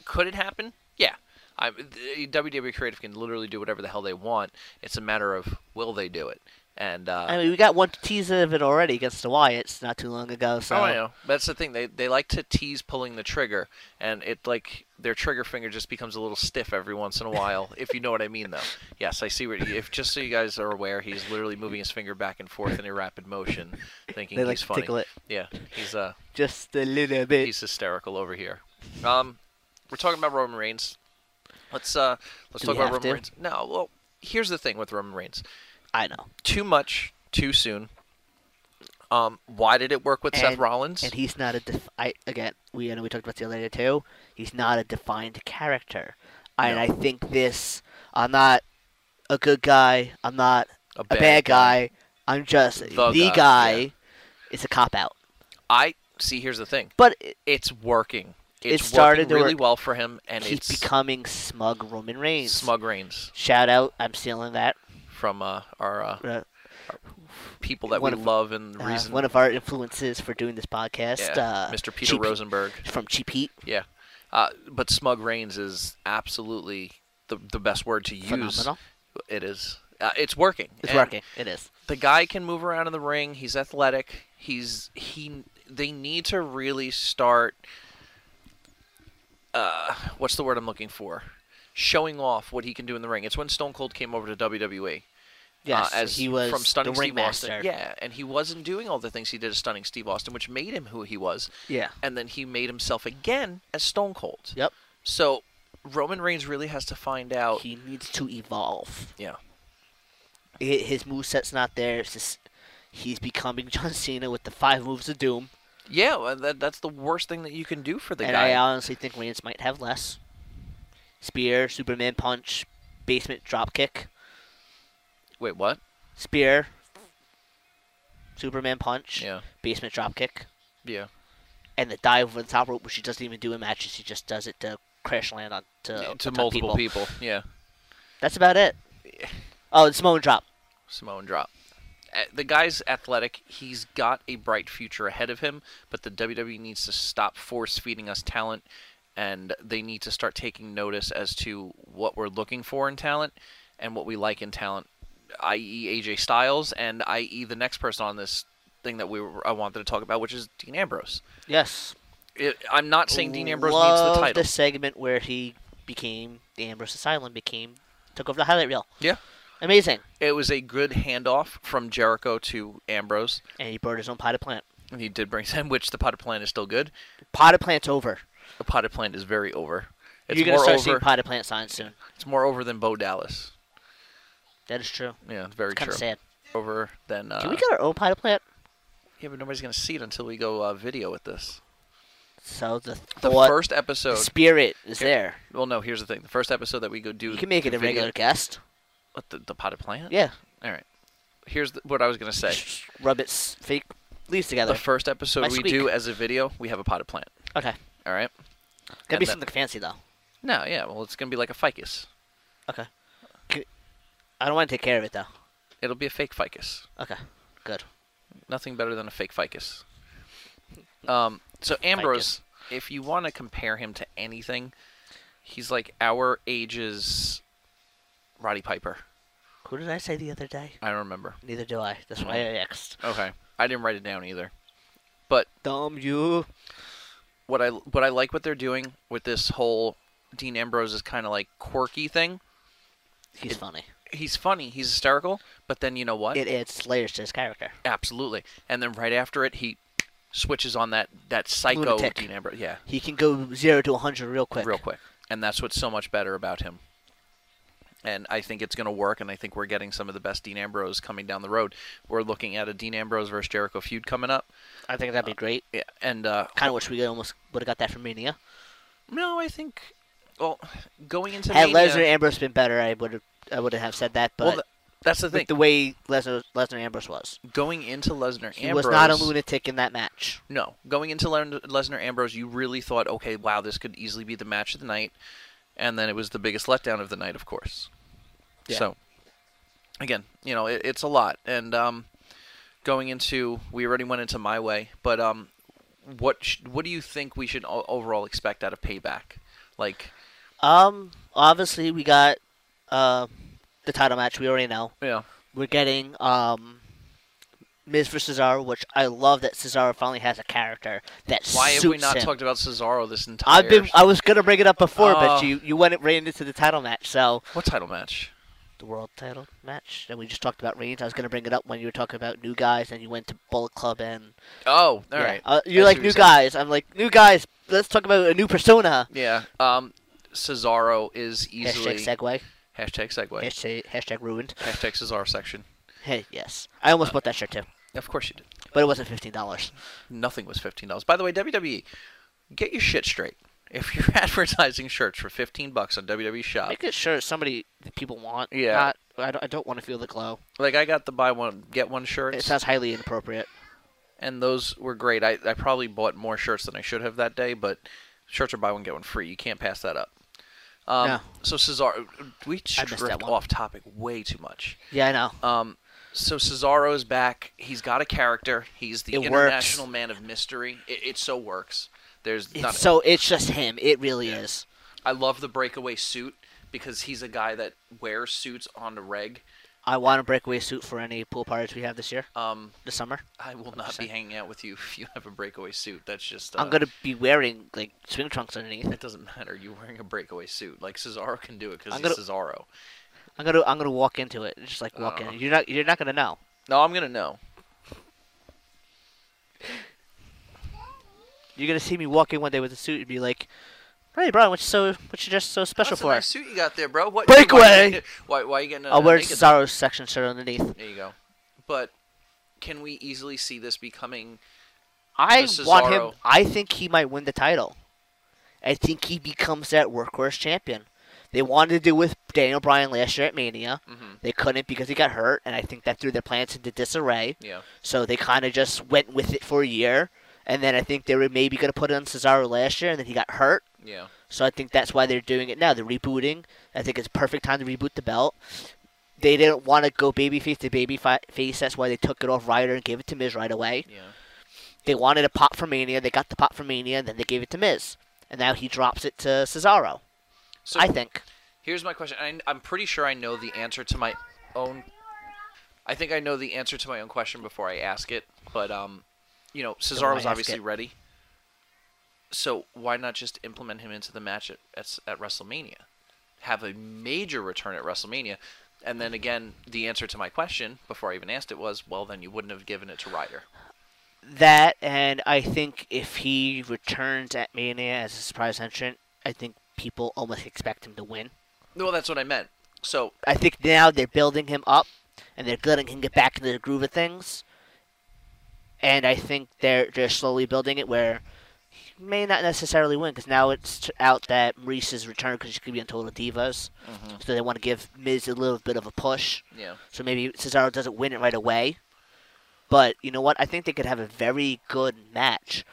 S3: could it happen? Yeah, I, the WWE creative can literally do whatever the hell they want. It's a matter of will they do it. And uh,
S2: I mean, we got one tease of it already against the Wyatts not too long ago. So
S3: oh, I know that's the thing. They they like to tease pulling the trigger, and it like their trigger finger just becomes a little stiff every once in a while. if you know what I mean, though. Yes, I see what. you- If just so you guys are aware, he's literally moving his finger back and forth in a rapid motion, thinking
S2: they like
S3: he's
S2: to
S3: funny.
S2: tickle it
S3: Yeah, he's uh
S2: just a little bit.
S3: He's hysterical over here. Um, we're talking about Roman Reigns. Let's uh, let's
S2: Do
S3: talk
S2: we
S3: about
S2: have
S3: Roman
S2: to?
S3: Reigns. No, well, here's the thing with Roman Reigns:
S2: I know.
S3: too much, too soon. Um, why did it work with Seth
S2: And-
S3: Rollins?
S2: And he's not a def- I again we I know we talked about the other day too. He's not a defined character, and I think this I'm not a good guy. I'm not
S3: a
S2: a bad guy. I'm just
S3: The
S2: the,
S3: guy,
S2: guy.
S3: yeah.
S2: It's a cop out,
S3: I see. Here's the thing:
S2: but it,
S3: it's working.
S2: It
S3: It's
S2: started to
S3: working really
S2: work.
S3: well for him, and
S2: he's
S3: it's
S2: becoming smug Roman Reigns.
S3: Smug Reigns
S2: Shout out! I'm stealing that.
S3: from uh, our uh,
S2: Uh,
S3: people that
S2: One
S3: we
S2: of-
S3: love and
S2: uh,
S3: reason.
S2: one of our influences for doing this podcast,
S3: yeah,
S2: uh,
S3: Mr. Peter
S2: Cheap-
S3: Rosenberg.
S2: from Cheap Heat.
S3: Yeah, uh, but smug reigns is absolutely the the best word to use.
S2: Phenomenal.
S3: It is. Uh, it's working.
S2: It's
S3: And uh,
S2: working. It is.
S3: The guy can move around in the ring. He's athletic. He's he. They need to really start. Uh, what's the word I'm looking for? Showing off what he can do in the ring. It's when Stone Cold came over to WWE.
S2: Yes,
S3: uh, as
S2: he was
S3: from stunning
S2: the
S3: Steve
S2: ringmaster.
S3: Austin. Yeah, and he wasn't doing all the things he did as stunning Steve Austin, which made him who he was.
S2: yeah.
S3: And then he made himself again as Stone Cold.
S2: Yep.
S3: So Roman Reigns really has to find out.
S2: He needs to evolve.
S3: yeah.
S2: I his moveset's not there. It's just he's becoming John Cena with the five moves of doom.
S3: Yeah, well, that, that's the worst thing that you can do for the
S2: and
S3: guy.
S2: I uh, honestly think Reigns might have less. Spear, Superman punch, basement dropkick,
S3: Wait, what?
S2: spear, Superman punch,
S3: Yeah.
S2: basement dropkick,
S3: Yeah.
S2: and the dive over the top rope, which he doesn't even do in matches. He just does it to crash land on to,
S3: Yeah,
S2: on
S3: uh, to
S2: top
S3: multiple people. Yeah.
S2: That's about it. Oh, and Samoan drop.
S3: Samoan drop. Uh, The guy's athletic. He's got a bright future ahead of him, but the WWE needs to stop force feeding us talent, and they need to start taking notice as to what we're looking for in talent and what we like in talent, i.e., AJ Styles, and i.e., the next person on this thing that we were, I wanted to talk about, which is Dean Ambrose.
S2: Yes.
S3: It, I'm not saying Dean Ambrose
S2: Love
S3: needs the title.
S2: the segment where he became the Ambrose Asylum became took over the highlight reel.
S3: Yeah.
S2: Amazing.
S3: It was a good handoff from Jericho to Ambrose,
S2: And he burned his own potted plant.
S3: and he did bring him, which the potted plant is still good.
S2: Potted plant's over.
S3: The potted plant is very over. It's
S2: You're gonna
S3: more
S2: start
S3: over.
S2: seeing potted plant signs soon.
S3: it's more over than Bo Dallas.
S2: That is true.
S3: Yeah, it's very
S2: It's kind
S3: true.
S2: of sad.
S3: Over than. Uh,
S2: Can we get our own potted plant?
S3: yeah, but nobody's gonna see it until we go uh, video with this.
S2: So the
S3: The
S2: thought,
S3: first
S2: the
S3: episode.
S2: spirit is there.
S3: well, no. Here's the thing. The first episode that we go do.
S2: You can make it
S3: the
S2: a
S3: video-
S2: regular guest.
S3: What, the, the potted plant.
S2: Yeah.
S3: All right. Here's the, what I was gonna say.
S2: Rub its fake leaves
S3: The
S2: together.
S3: first episode
S2: My
S3: we
S2: squeak.
S3: do as a video, we have a potted plant.
S2: Okay.
S3: All right.
S2: Gotta be
S3: and the-
S2: something fancy though.
S3: No, yeah. Well, it's gonna be like a ficus.
S2: Okay. C- I don't want to take care of it though.
S3: It'll be a fake ficus.
S2: Okay. Good.
S3: Nothing better than a fake ficus. Um, so Ambrose, if you want to compare him to anything, he's like our age's Roddy Piper.
S2: Who did I say the other day? Mm-hmm.
S3: I don't remember.
S2: Neither do I. That's why I asked.
S3: Okay, I didn't write it down either. But
S2: Dumb you.
S3: what I what I like what they're doing with this whole Dean Ambrose is kind of like quirky thing.
S2: He's funny.
S3: he's funny, he's hysterical, but then you know what?
S2: It it's layers to his character.
S3: Absolutely. And then right after it, he switches on that that psycho
S2: Lunatic.
S3: Dean Ambrose. Yeah,
S2: He can go zero to hundred real quick.
S3: real quick. And that's what's so much better about him. And I think it's going to work, and I think we're getting some of the best Dean Ambrose coming down the road. We're looking at a Dean Ambrose versus Jericho feud coming up.
S2: I think that'd be great.
S3: Yeah, and uh,
S2: Kind of wish we almost would have got that from Mania.
S3: no, I think, well, going into
S2: Had
S3: Mania,
S2: Lesnar and Ambrose been better, I would have I would have said that. But
S3: well, th- that's the thing.
S2: with the way Lesnar Lesnar Ambrose was,
S3: going into Lesnar,
S2: he
S3: Ambrose
S2: was not a lunatic in that match.
S3: No, going into Len- Lesnar Ambrose, you really thought, okay, wow, this could easily be the match of the night, and then it was the biggest letdown of the night, of course.
S2: Yeah.
S3: So, again, you know, it, it's a lot, and um, going into we already went into my way, but um, what sh- what do you think we should o- overall expect out of Payback? Like,
S2: Um, obviously we got uh the title match. We already know
S3: you know,
S2: we're getting um. Miz for Cesaro, which I love that Cesaro finally has a character that
S3: why have we
S2: suits
S3: not
S2: him.
S3: talked about Cesaro this entire?
S2: I've been. I was gonna bring it up before,
S3: Oh.
S2: but you you went right into the title match. So
S3: what title match?
S2: the world title match, and we just talked about Reigns. I was gonna bring it up when you were talking about new guys, and you went to Bullet Club and
S3: Oh, all right.
S2: yeah. Uh, you're
S3: I see
S2: like
S3: what
S2: new
S3: saying.
S2: guys. I'm like new guys. Let's talk about a new persona.
S3: Yeah. Um, Cesaro is easily
S2: Hashtag segue.
S3: Hashtag segue.
S2: Hashtag, hashtag ruined.
S3: Hashtag Cesaro section.
S2: Hey, yes. I almost
S3: Uh.
S2: bought that shirt too,
S3: Of course you did.
S2: but it wasn't fifteen dollars.
S3: Nothing was fifteen dollars. By the way, WWE, get your shit straight. If you're advertising shirts for fifteen bucks on WWE Shop,
S2: Making sure it's somebody that people want.
S3: Yeah.
S2: Not, I don't, I don't want to feel the glow.
S3: like I got the buy one get one
S2: It
S3: shirts,
S2: sounds highly inappropriate.
S3: and those were great. I, I probably bought more shirts than I should have that day, but shirts are buy one get one free. You can't pass that up. Um,
S2: No.
S3: So Cesaro, we
S2: that
S3: drift
S2: one.
S3: off topic way too much.
S2: Yeah, I know.
S3: Um, so Cesaro's back. He's got a character. He's the
S2: It works.
S3: international man of mystery. It, it so works. There's
S2: It's
S3: not,
S2: so it's just him. It really
S3: Yeah.
S2: is.
S3: I love the breakaway suit because he's a guy that wears suits on the reg.
S2: I want a breakaway suit for any pool parties we have this year,
S3: Um,
S2: this summer.
S3: I will not be hanging out with you if you have a breakaway suit. That's just. Uh,
S2: I'm gonna be wearing like swing trunks underneath.
S3: It doesn't matter. You're wearing a breakaway suit. Like Cesaro can do it because
S2: I'm
S3: he's
S2: gonna-
S3: Cesaro.
S2: I'm gonna I'm gonna walk into it, and just like walk
S3: Uh.
S2: in. You're not you're not gonna know.
S3: No, I'm gonna know.
S2: You're gonna see me walk in one day with a suit and be like, "Hey, Brian, what's so what's you just so special
S3: That's a
S2: for?"
S3: nice suit you got there, bro. What,
S2: Breakaway!
S3: Why, why, why you getting? a-
S2: I'll
S3: a
S2: wear
S3: naked-
S2: Cesaro's section shirt underneath.
S3: There you go. But can we easily see this becoming?
S2: I
S3: The
S2: want him.
S3: Cesaro.
S2: I think he might win the title. I think he becomes that workhorse champion. They wanted to do with Daniel Bryan last year at Mania.
S3: Mhm.
S2: They couldn't because he got hurt, and I think that threw their plans into disarray.
S3: Yeah.
S2: So they kind of just went with it for a year, and then I think they were maybe going to put it on Cesaro last year, and then he got hurt.
S3: Yeah.
S2: So I think that's why they're doing it now. They're rebooting. I think it's perfect time to reboot the belt. They didn't want to go babyface to babyface. That's why they took it off Ryder and gave it to Miz right away.
S3: Yeah.
S2: They wanted a pop for Mania. They got the pop for Mania, and then they gave it to Miz. And now he drops it to Cesaro.
S3: So
S2: I think.
S3: Here's my question. I, I'm pretty sure I know the answer to my own. I think I know the answer to my own question before I ask it, but um, you know,
S2: why
S3: Cesaro's
S2: ask
S3: obviously
S2: it?
S3: ready. So why not just implement him into the match at, at at WrestleMania? Have a major return at WrestleMania, and then again, the answer to my question before I even asked it was, well, then you wouldn't have given it to Ryder.
S2: That, and I think if he returns at Mania as a surprise entrant, I think people almost expect him to win.
S3: Well, that's what I meant. So
S2: I think now they're building him up, and they're letting him get back into the groove of things. And I think they're they're slowly building it where he may not necessarily win because now it's t- out that Maurice's return because she could be on Total Divas, so they want to give Miz a little bit of a push.
S3: yeah,
S2: So maybe Cesaro doesn't win it right away. But you know what? I think they could have a very good match.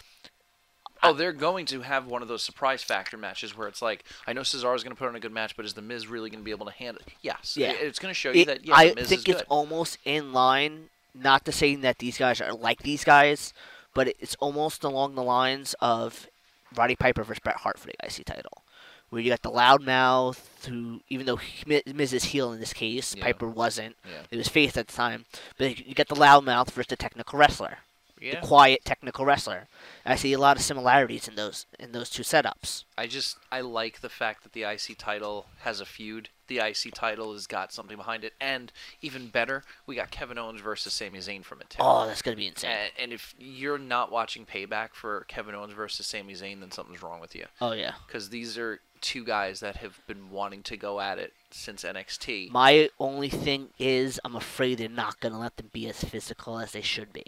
S3: Oh, they're going to have one of those surprise factor matches where it's like, I know Cesaro's going to put on a good match, but is the Miz really going to be able to handle? it? Yes,
S2: Yeah.
S3: It- it's going to show you
S2: It-
S3: that yeah,
S2: I
S3: the Miz
S2: think
S3: is good.
S2: it's almost in line. Not to say that these guys are like these guys, but it- it's almost along the lines of Roddy Piper versus Bret Hart for the IC title, where you got the loudmouth who, even though he- Mi- Miz is heel in this case,
S3: Yeah.
S2: Piper wasn't.
S3: Yeah.
S2: It was face at the time, but you got the loudmouth versus the technical wrestler.
S3: yeah,
S2: the quiet technical wrestler. I see a lot of similarities in those in those two setups.
S3: I just I like the fact that the IC title has a feud the IC title has got something behind it, and even better, we got Kevin Owens versus Sami Zayn from it too.
S2: Oh, that's gonna be insane.
S3: And, and if you're not watching Payback for Kevin Owens versus Sami Zayn, then something's wrong with you.
S2: Oh yeah.
S3: Because these are two guys that have been wanting to go at it since NXT.
S2: My only thing is, I'm afraid they're not gonna let them be as physical as they should be.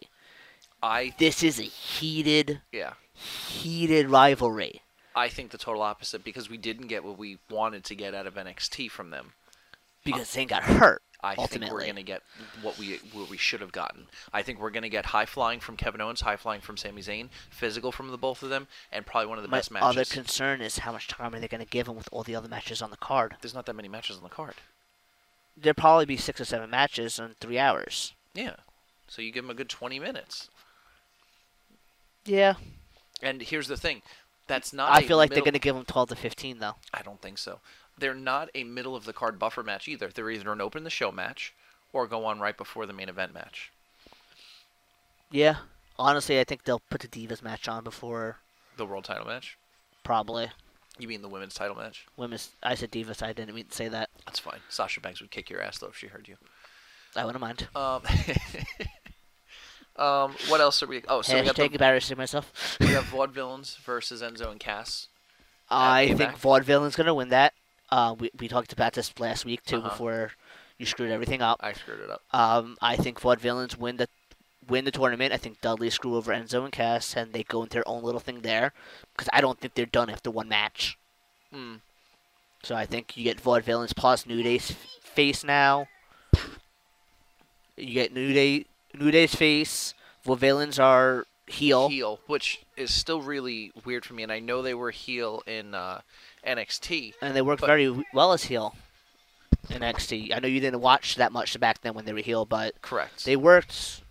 S3: I
S2: This is a heated,
S3: yeah,
S2: heated rivalry.
S3: I think the total opposite because we didn't get what we wanted to get out of NXT from them.
S2: because Zayn got hurt.
S3: I
S2: ultimately.
S3: think we're going to get what we what we should have gotten. I think we're going to get high flying from Kevin Owens, high flying from Sami Zayn, physical from the both of them, and probably one of the
S2: My
S3: best matches.
S2: other concern is how much time are they going to give him with all the other matches on the card?
S3: There's not that many matches on the card.
S2: There'll probably be six or seven matches in three hours.
S3: Yeah, so you give them a good 20 minutes.
S2: Yeah,
S3: And here's the thing, that's not.
S2: I
S3: a
S2: feel like
S3: middle-
S2: they're going to give him twelve to fifteen though.
S3: I don't think so. They're not a middle of the card buffer match either. They're either an open the show match or go on right before the main event match.
S2: Yeah, honestly, I think they'll put the Divas match on before
S3: The world title match?
S2: probably
S3: You mean the women's title match?
S2: women's. I said Divas. I didn't mean to say that.
S3: That's fine. Sasha Banks would kick your ass though if she heard you.
S2: I wouldn't mind.
S3: Um, um what else are we Oh, so we have,
S2: Hashtag
S3: the,
S2: embarrassing myself.
S3: we have vaudevillains versus Enzo and Cass.
S2: I
S3: Payback.
S2: think Vaudevillain's going to win that. Uh, we we talked about this last week too
S3: Uh-huh.
S2: before you screwed everything up.
S3: I screwed it up.
S2: Um, I think Vaudevillains win the win the tournament. I think Dudley screw over Enzo and Cass, and they go into their own little thing there because I don't think they're done after one match.
S3: Hmm.
S2: So I think you get Vaudevillains plus New Day's f- face now. You get New Day New Day's face. Vaudevillains are heel.
S3: heel, which is still really weird for me and I know they were heel in uh, NXT.
S2: and they work
S3: But-
S2: very w- well as heel in NXT. I know you didn't watch that much back then when they were heel, but
S3: Correct.
S2: they worked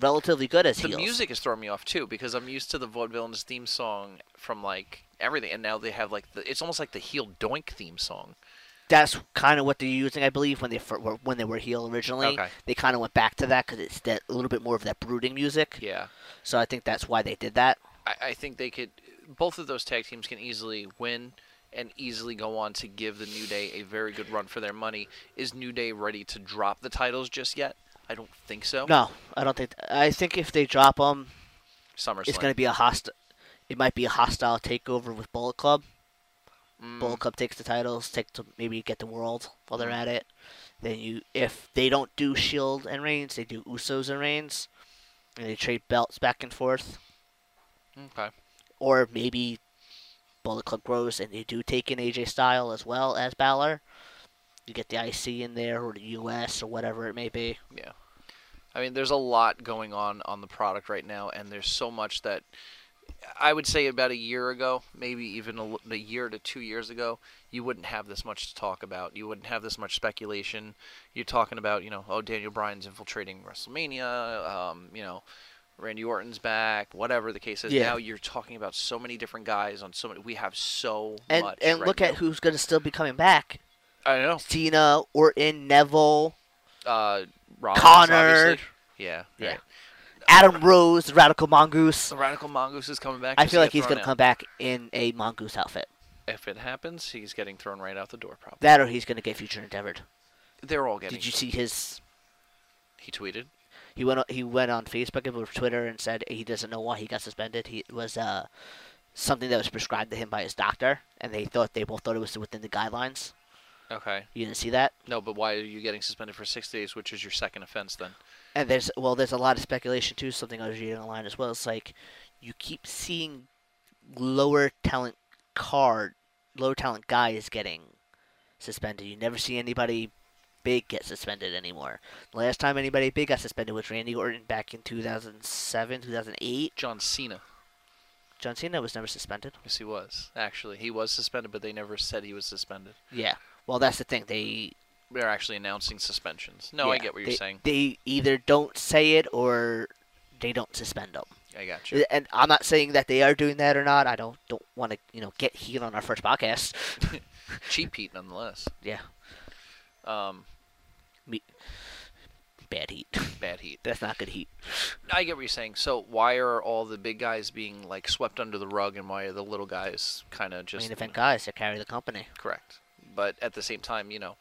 S2: relatively good as
S3: the
S2: heels.
S3: music is throwing me off too because I'm used to the vaudevillains theme song from like everything, and now they have like the it's almost like the heel doink theme song.
S2: that's kind of what they're using, I believe, when they fir- were when they were heel originally.
S3: Okay.
S2: They kind of went back to that because it's that a little bit more of that brooding music.
S3: Yeah,
S2: So I think that's why they did that.
S3: I, I think they could both of those tag teams can easily win and easily go on to give the New Day a very good run for their money. Is New Day ready to drop the titles just yet? I don't think so.
S2: No, I don't think. I think if they drop them,
S3: SummerSlam.
S2: it's gonna be a hostile. It might be a hostile takeover with Bullet Club.
S3: Mm,
S2: Bullet Club takes the titles, take to maybe get the world while
S3: Hmm.
S2: they're at it. Then you, if they don't do Shield and Reigns, they do Usos and Reigns, and they trade belts back and forth.
S3: Okay.
S2: Or maybe Bullet Club grows and they do take in AJ Style as well as Balor. You get the IC in there or the US or whatever it may be.
S3: Yeah. I mean, there's a lot going on on the product right now, and there's so much that I would say about a year ago, maybe even a, l- a year to two years ago, you wouldn't have this much to talk about. You wouldn't have this much speculation. You're talking about, you know, oh, Daniel Bryan's infiltrating WrestleMania, um, you know, Randy Orton's back, whatever the case is.
S2: Yeah.
S3: Now you're talking about so many different guys on so many. We have so
S2: And
S3: much.
S2: and
S3: right
S2: look at
S3: now.
S2: who's gonna still be coming back.
S3: I know
S2: Cena, Orton, Neville,
S3: uh, Rollins,
S2: Connor.
S3: obviously. Yeah.
S2: Yeah.
S3: right.
S2: Adam Rose, Radical Mongoose.
S3: The Radical Mongoose is coming back.
S2: I
S3: Does
S2: feel
S3: he
S2: like
S3: get
S2: he's
S3: thrown
S2: gonna
S3: out?
S2: come back in a mongoose outfit.
S3: If it happens, he's getting thrown right out the door. Probably.
S2: That or he's going to get future endeavored.
S3: They're all getting.
S2: Did you see his?
S3: He tweeted.
S2: He went on, he went on Facebook and Twitter and said he doesn't know why he got suspended. He it was uh, something that was prescribed to him by his doctor, and they thought they both thought it was within the guidelines.
S3: Okay.
S2: You didn't see that?
S3: No, but why are you getting suspended for six days, which is your second offense then?
S2: And there's well, there's a lot of speculation too. Something I was reading online as well. It's like you keep seeing lower talent card, low talent guys getting suspended. You never see anybody big get suspended anymore. The last time anybody big got suspended was Randy Orton back in 2007, 2008.
S3: John Cena.
S2: John Cena was never suspended.
S3: Yes, he was. Actually, he was suspended, but they never said he was suspended.
S2: Yeah. Well, that's the thing. They
S3: They're actually announcing suspensions. No, I
S2: yeah,
S3: get what you're
S2: they-
S3: saying.
S2: They either don't say it or they don't suspend them.
S3: I got you.
S2: And I'm not saying that they are doing that or not. I don't don't want to you know get heat on our first podcast.
S3: Cheap Pete, nonetheless.
S2: Yeah,
S3: Um,
S2: bad heat.
S3: bad heat.
S2: That's not good heat.
S3: I get what you're saying. So why are all the big guys being like swept under the rug, and why are the little guys kind of just
S2: Main event guys that carry the company.
S3: correct? but at the same time, you know,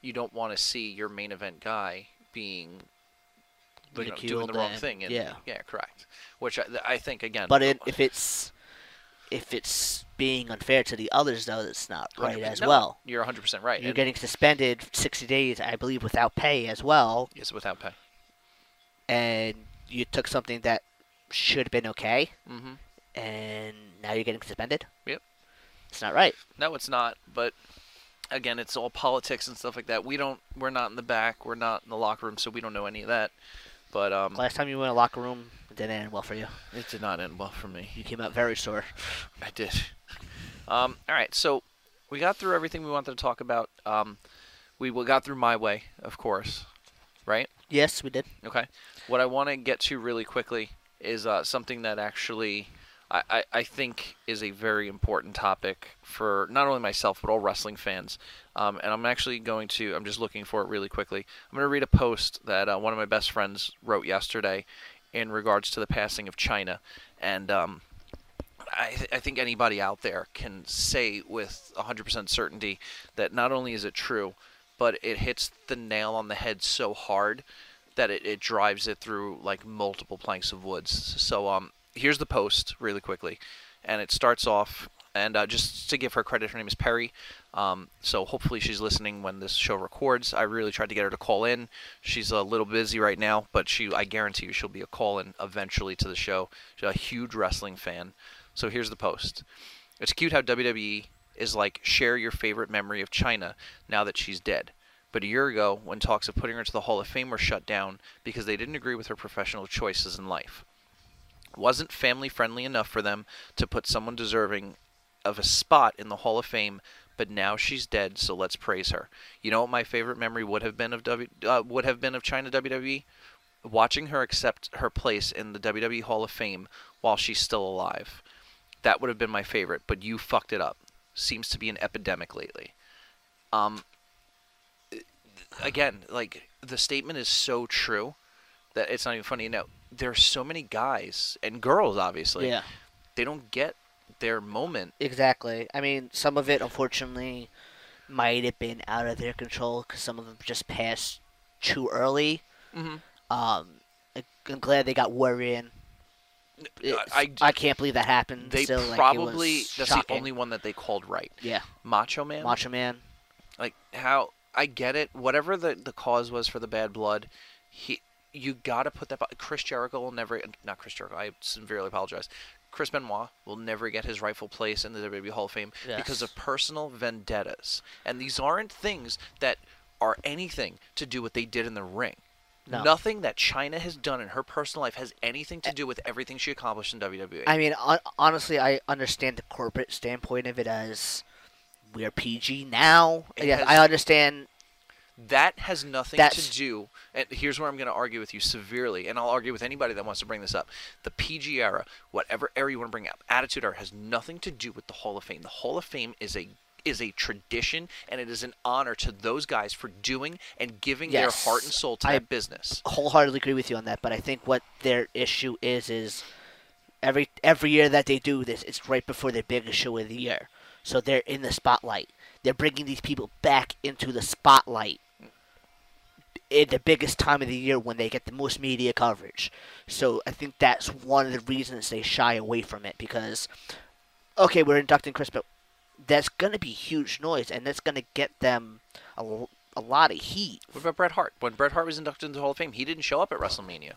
S3: you don't want to see your main event guy being you know, doing
S2: Ridiculed
S3: the wrong
S2: and-
S3: thing. And,
S2: yeah.
S3: yeah, correct. Which I, I think again.
S2: But it, if it's if it's being unfair to the others, though, it's not right
S3: 100%
S2: as
S3: no,
S2: well.
S3: You're 100% right.
S2: You're
S3: and
S2: getting suspended 60 days, I believe, without pay as well,
S3: it's without pay.
S2: and you took something that should have been okay,
S3: Mm-hmm.
S2: and now you're getting suspended.
S3: Yep.
S2: It's not right.
S3: No, it's not. But again, it's all politics and stuff like that. We don't. We're not in the back. We're not in the locker room, so we don't know any of that. But um,
S2: Last time you were in a locker room, it didn't end well for you.
S3: it did not end well for me.
S2: You came out very sore.
S3: I did. Um, all right, so we got through everything we wanted to talk about. Um, we w- got through my way, of course, right?
S2: Yes, we did.
S3: Okay. What I want to get to really quickly is uh, something that actually I, I, I think is a very important topic for not only myself but all wrestling fans. Um, and I'm actually going to I'm just looking for it really quickly. I'm going to read a post that uh, one of my best friends wrote yesterday in regards to the passing of China, and um, I, th- I think anybody out there can say with 100% certainty that not only is it true, but it hits the nail on the head so hard that it, it drives it through like multiple planks of woods. So um, here's the post really quickly, and it starts off. And uh, just to give her credit, her name is Perry. Um, so hopefully she's listening when this show records. I really tried to get her to call in. She's a little busy right now, but she I guarantee you she'll be a call in eventually to the show. She's a huge wrestling fan. So here's the post. It's cute how WWE is like share your favorite memory of China now that she's dead. But a year ago, when talks of putting her to the Hall of Fame were shut down because they didn't agree with her professional choices in life, wasn't family friendly enough for them to put someone deserving of a spot in the Hall of Fame. But now she's dead, so let's praise her. You know what my favorite memory would have been of w, uh, would have been of China WWE watching her accept her place in the WWE Hall of Fame while she's still alive. That would have been my favorite, but you fucked it up. Seems to be an epidemic lately. Um, again, like the statement is so true that it's not even funny. No, there are so many guys and girls, obviously.
S2: yeah,
S3: They don't get their moment.
S2: exactly. I mean, some of it, unfortunately, might have been out of their control because some of them just passed too early.
S3: Mm-hmm.
S2: Um, I- I'm glad they got wore in. It's- I,
S3: I-
S2: can't believe that happened.
S3: They
S2: Still, like, it
S3: probably
S2: was
S3: that's the
S2: shocking.
S3: only one that they called right.
S2: yeah
S3: Macho Man.
S2: Macho Man.
S3: like how I get it. Whatever the the cause was for the bad blood, he you gotta put that. bu- Chris Jericho will never not Chris Jericho. I severely apologize. Chris Benoit will never get his rightful place in the WWE Hall of Fame because
S2: Yes.
S3: of personal vendettas, and these aren't things that are anything to do what they did in the ring.
S2: No.
S3: Nothing that China has done in her personal life has anything to do with everything she accomplished in E. WWE.
S2: I mean, hon- honestly, I understand the corporate standpoint of it as we're PG now.
S3: It
S2: yes,
S3: has-
S2: I understand.
S3: That has nothing
S2: That's-
S3: to do. And here's where I'm going to argue with you severely, and I'll argue with anybody that wants to bring this up. The PG era, whatever era you want to bring up, Attitude Era has nothing to do with the Hall of Fame. The Hall of Fame is a is a tradition, and it is an honor to those guys for doing and giving
S2: Yes,
S3: their heart and soul to
S2: I-
S3: that business.
S2: Wholeheartedly agree with you on that, but I think what their issue is is every every year that they do this, it's right before their biggest show of the year, so they're in the spotlight. They're bringing these people back into the spotlight at the biggest time of the year when they get the most media coverage. So I think that's one of the reasons they shy away from it because, okay, we're inducting Chris, but that's going to be huge noise and that's going to get them a, l- a lot of heat.
S3: What about Bret Hart? When Bret Hart was inducted into the Hall of Fame, he didn't show up at WrestleMania.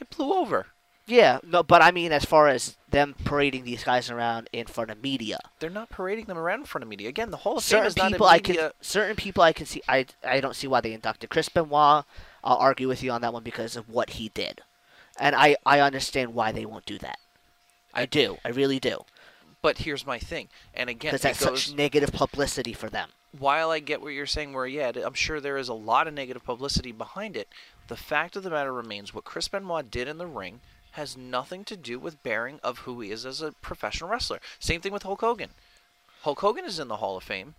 S3: It blew over.
S2: Yeah, no, but I mean, as far as them parading these guys around in front of media,
S3: They're not parading them around in front of media. Again, the Hall of Fame
S2: certain
S3: is not
S2: people
S3: a
S2: I
S3: media.
S2: can, certain people I can see, I, I don't see why they inducted Chris Benoit. I'll argue with you on that one because of what he did, and I, I understand why they won't do that. I do, I really do,
S3: But here's my thing, and again,
S2: because
S3: it
S2: that's
S3: goes,
S2: such negative publicity for them.
S3: while I get what you're saying, where yeah, I'm sure there is a lot of negative publicity behind it. The fact of the matter remains: what Chris Benoit did in the ring has nothing to do with bearing of who he is as a professional wrestler. Same thing with Hulk Hogan. Hulk Hogan is in the Hall of Fame,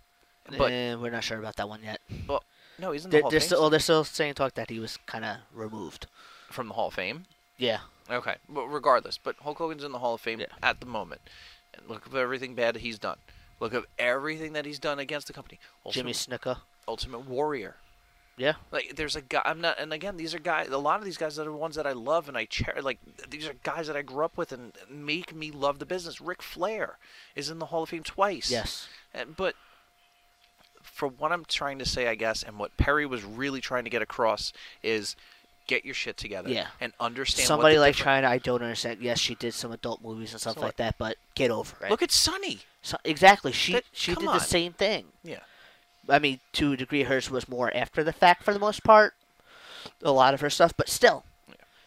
S3: but
S2: Eh, we're not sure about that one yet.
S3: but no, he's in the
S2: They're,
S3: Hall
S2: they're
S3: of Fame
S2: still, oh, they're still saying talk that he was kind of removed.
S3: from the Hall of Fame.
S2: Yeah,
S3: Okay, but regardless, but Hulk Hogan's in the Hall of Fame
S2: Yeah.
S3: at the moment, and look at everything bad he's done. Look at everything that he's done against the company. Ultimate,
S2: Jimmy Snuka.
S3: Ultimate Warrior.
S2: Yeah.
S3: Like there's a guy I'm not and again these are guys a lot of these guys are the ones that I love and I cherish like these are guys that I grew up with and make me love the business. Ric Flair is in the Hall of Fame twice.
S2: Yes.
S3: And, but for what I'm trying to say I guess and what Perry was really trying to get across is get your shit together
S2: Yeah.
S3: and understand what
S2: Somebody
S3: the
S2: like
S3: different-
S2: China, I don't understand. Yes, she did some adult movies and stuff
S3: So
S2: like
S3: what?
S2: that, but get over it.
S3: Look at Sonny.
S2: So- exactly. She
S3: That-
S2: she
S3: come
S2: did
S3: on.
S2: the same thing.
S3: Yeah.
S2: I mean, to a degree, hers was more after the fact for the most part. A lot of her stuff, but still,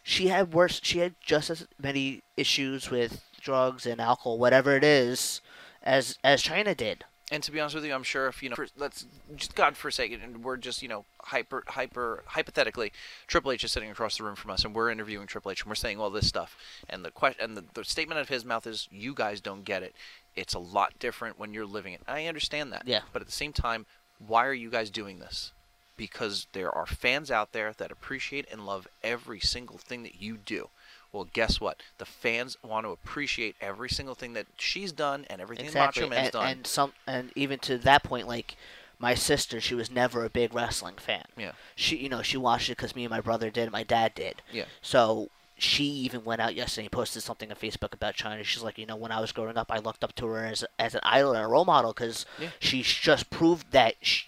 S2: she had worse. She had just as many issues with drugs and alcohol, whatever it is, as as China did.
S3: And to be honest with you, I'm sure if you know, for, let's just God forsake it, and we're just you know hyper hyper hypothetically, Triple H is sitting across the room from us, and we're interviewing Triple H, and we're saying all this stuff, and the question and the, the statement out of his mouth is, "You guys don't get it. It's a lot different when you're living it." I understand that.
S2: Yeah.
S3: But at the same time, why are you guys doing this? Because there are fans out there that appreciate and love every single thing that you do. Well, guess what? The fans want to appreciate every single thing that she's done and everything
S2: Exactly,
S3: Macho Man's
S2: and,
S3: done.
S2: and some, and even to that point, like my sister, she was never a big wrestling fan.
S3: yeah.
S2: She, you know, she watched it because me and my brother did, and my dad did.
S3: Yeah.
S2: So she even went out yesterday and posted something on Facebook about China. She's like, you know, when I was growing up, I looked up to her as, as an idol and a role model because
S3: Yeah.
S2: she's just proved that she,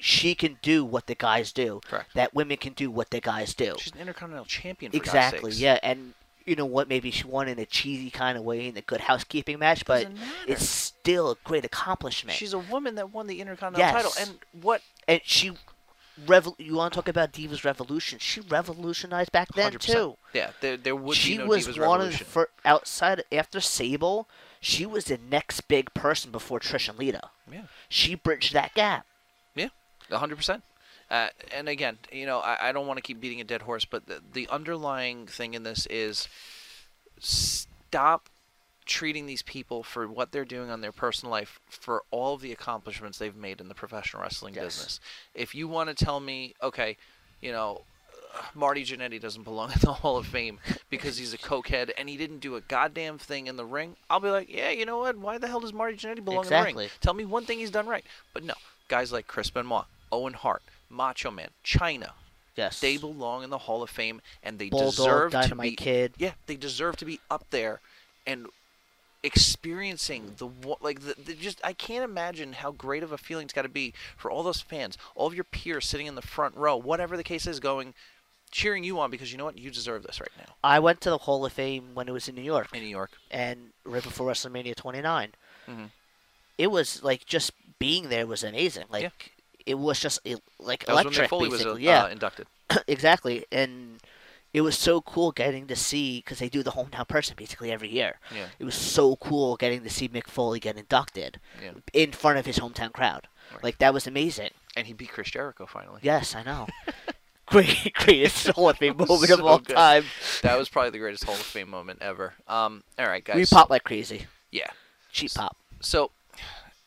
S2: she can do what the guys do,
S3: Correct.
S2: that women can do what the guys do.
S3: She's an intercontinental champion. For
S2: exactly,
S3: God's sakes.
S2: yeah. And you know what? Maybe she won in a cheesy kind of way in a good housekeeping match, but
S3: Doesn't matter.
S2: it's still a great accomplishment.
S3: She's a woman that won the intercontinental
S2: Yes.
S3: title, and what?
S2: and she. Revol- you want to talk about Divas Revolution? She revolutionized back then
S3: 100%.
S2: too.
S3: Yeah, there, there would
S2: she
S3: be no
S2: was
S3: Divas
S2: one
S3: Revolution.
S2: of the fir- outside after Sable, she was the next big person before Trish and Lita.
S3: yeah,
S2: She bridged that gap.
S3: yeah, a hundred percent. Uh, and again, you know, I, I don't want to keep beating a dead horse, but the, the underlying thing in this is stop treating these people for what they're doing on their personal life for all of the accomplishments they've made in the professional wrestling
S2: Yes.
S3: business. If you want to tell me, okay, you know, uh, Marty Jannetty doesn't belong in the Hall of Fame because he's a cokehead and he didn't do a goddamn thing in the ring, I'll be like, yeah, you know what? Why the hell does Marty Jannetty belong in the
S2: Exactly.
S3: ring? Tell me one thing he's done right. But no, guys like Chris Benoit, Owen Hart, Macho Man, China,
S2: Yes.
S3: they belong in the Hall of Fame, and they
S2: Bulldog,
S3: deserve to
S2: Dynamite
S3: be.
S2: Kid.
S3: Yeah, they deserve to be up there, and experiencing the wo- like the, the just I can't imagine how great of a feeling it's got to be for all those fans, all of your peers sitting in the front row, whatever the case is, going cheering you on because you know what you deserve this right now
S2: I went to the Hall of Fame when it was in New York
S3: in New York.
S2: and right before WrestleMania 29.
S3: Mhm.
S2: It was like just being there was amazing. Like it was just e- like
S3: That was when Mick
S2: electric
S3: Foley was
S2: basically.
S3: uh,
S2: yeah.
S3: uh, inducted.
S2: exactly. And it was so cool getting to see because they do the hometown person basically every year.
S3: Yeah.
S2: It was so cool getting to see Mick Foley get inducted
S3: Yeah.
S2: in front of his hometown crowd.
S3: Right.
S2: Like that was amazing.
S3: And he beat Chris Jericho finally.
S2: Yes, I know. Great, greatest Hall of Fame
S3: That was
S2: moment of
S3: so
S2: all
S3: good.
S2: time.
S3: That was probably the greatest Hall of Fame moment ever. Um, all right, guys.
S2: We pop like crazy.
S3: Yeah.
S2: Cheap pop.
S3: so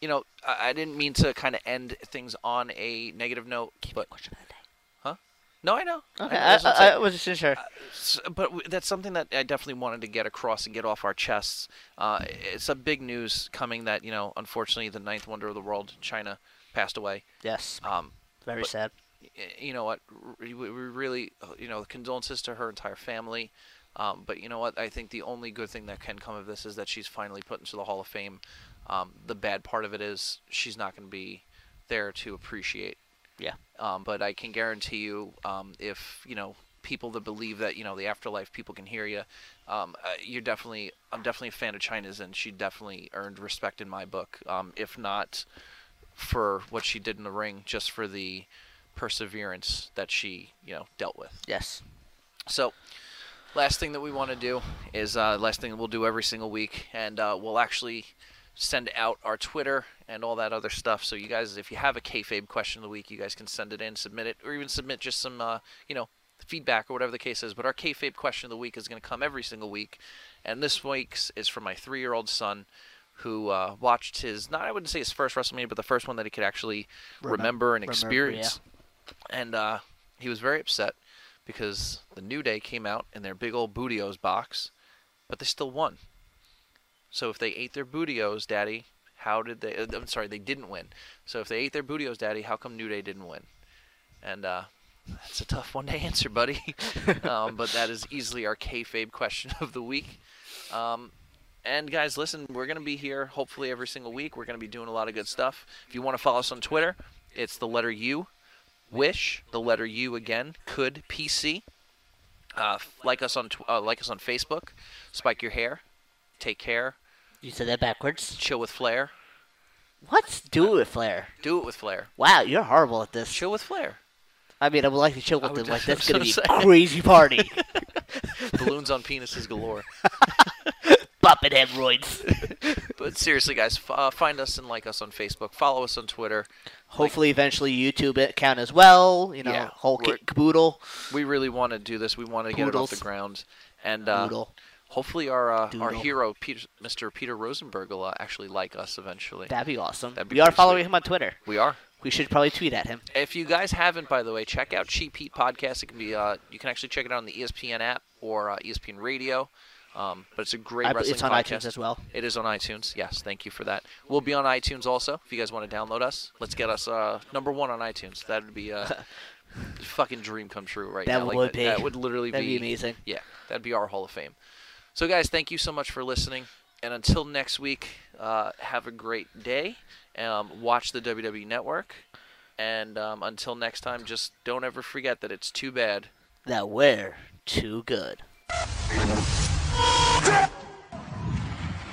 S3: you know i, I didn't mean to kind of end things on a negative note but
S2: Question of the day.
S3: no i know I
S2: Okay,
S3: know,
S2: I,
S3: that's what I'm saying.
S2: I, I wasn't too sure.
S3: S- but w- that's something that i definitely wanted to get across and get off our chests uh, it's a big news coming that you know unfortunately the ninth wonder of the world china passed away
S2: yes,
S3: um,
S2: very
S3: but-
S2: sad.
S3: y- you know what r- we we really uh, you know condolences to her entire family um, but you know what i think the only good thing that can come of this is that she's finally put into the hall of fame um, the bad part of it is she's not going to be there to appreciate
S2: Yeah.
S3: um, but I can guarantee you, um, if you know people that believe that you know the afterlife, people can hear you. Um, uh, you're definitely, I'm definitely a fan of China's, and she definitely earned respect in my book. Um, if not for what she did in the ring, just for the perseverance that she you know dealt with.
S2: Yes.
S3: So. Last thing that we want to do is uh, last thing we'll do every single week, and uh, we'll actually send out our Twitter and all that other stuff. So you guys, if you have a kayfabe question of the week, you guys can send it in, submit it, or even submit just some, uh, you know, feedback or whatever the case is. But our kayfabe question of the week is going to come every single week, and this week's is from my three-year-old son, who uh, watched his not I wouldn't say his first WrestleMania, but the first one that he could actually
S2: Remem-
S3: remember and
S2: remember,
S3: experience. And uh, he was very upset because the New Day came out in their big old Bootios box, but they still won. So if they ate their Bootios, Daddy, How did they? uh, I'm sorry, they didn't win. So if they ate their bootios, Daddy, how come New Day didn't win? And uh, that's a tough one to answer, buddy. um, but that is easily our kayfabe question of the week. Um, and guys, listen, we're going to be here hopefully every single week. We're going to be doing a lot of good stuff. If you want to follow us on Twitter, it's the letter U, wish the letter U again, could PC. Uh, like us on tw- uh, like us on Facebook. Spike your hair. Take care.
S2: You said that backwards.
S3: Chill with flair.
S2: What's do it with Flair?
S3: Do it with flair.
S2: Wow, you're horrible at this.
S3: Chill with flair.
S2: I mean, I would like to chill
S3: I
S2: with
S3: would
S2: them. Like
S3: just-
S2: that's
S3: I
S2: gonna be
S3: was
S2: a
S3: gonna say.
S2: crazy party.
S3: Balloons on penises galore.
S2: Bopping hemorrhoids.
S3: But seriously, guys, f- uh, find us and like us on Facebook. Follow us on Twitter.
S2: Hopefully, eventually YouTube account as well. You know,
S3: Yeah,
S2: whole
S3: we're-
S2: kit caboodle.
S3: We really want to do this. We want to get it off the
S2: Poodles.
S3: ground. And uh,
S2: Doodle.
S3: hopefully, our uh, our
S2: Doodle.
S3: hero, Peter, Mr. Peter Rosenberg, will uh, actually like us eventually.
S2: That'd be awesome.
S3: That'd be
S2: we are
S3: pretty
S2: following
S3: sweet.
S2: him on Twitter.
S3: we are.
S2: We should probably tweet at him.
S3: If you guys haven't, by the way, check out Cheap Heat podcast. It can be uh, you can actually check it out on the ESPN app or uh, ESPN Radio. Um, but it's a great
S2: I-
S3: wrestling
S2: it's on
S3: podcast.
S2: iTunes as well.
S3: It is on iTunes. Yes, thank you for that. We'll be on iTunes also. If you guys want to download us, let's get us uh, number one on iTunes. That would be a fucking dream come true right
S2: That
S3: now. Like,
S2: would be-
S3: That would literally
S2: That'd be amazing.
S3: Yeah, that'd be our Hall of Fame. So, guys, thank you so much for listening. And until next week, uh, have a great day. Um, watch the WWE Network. And um, until next time, just don't ever forget that it's too bad
S2: That we're too good.
S1: Step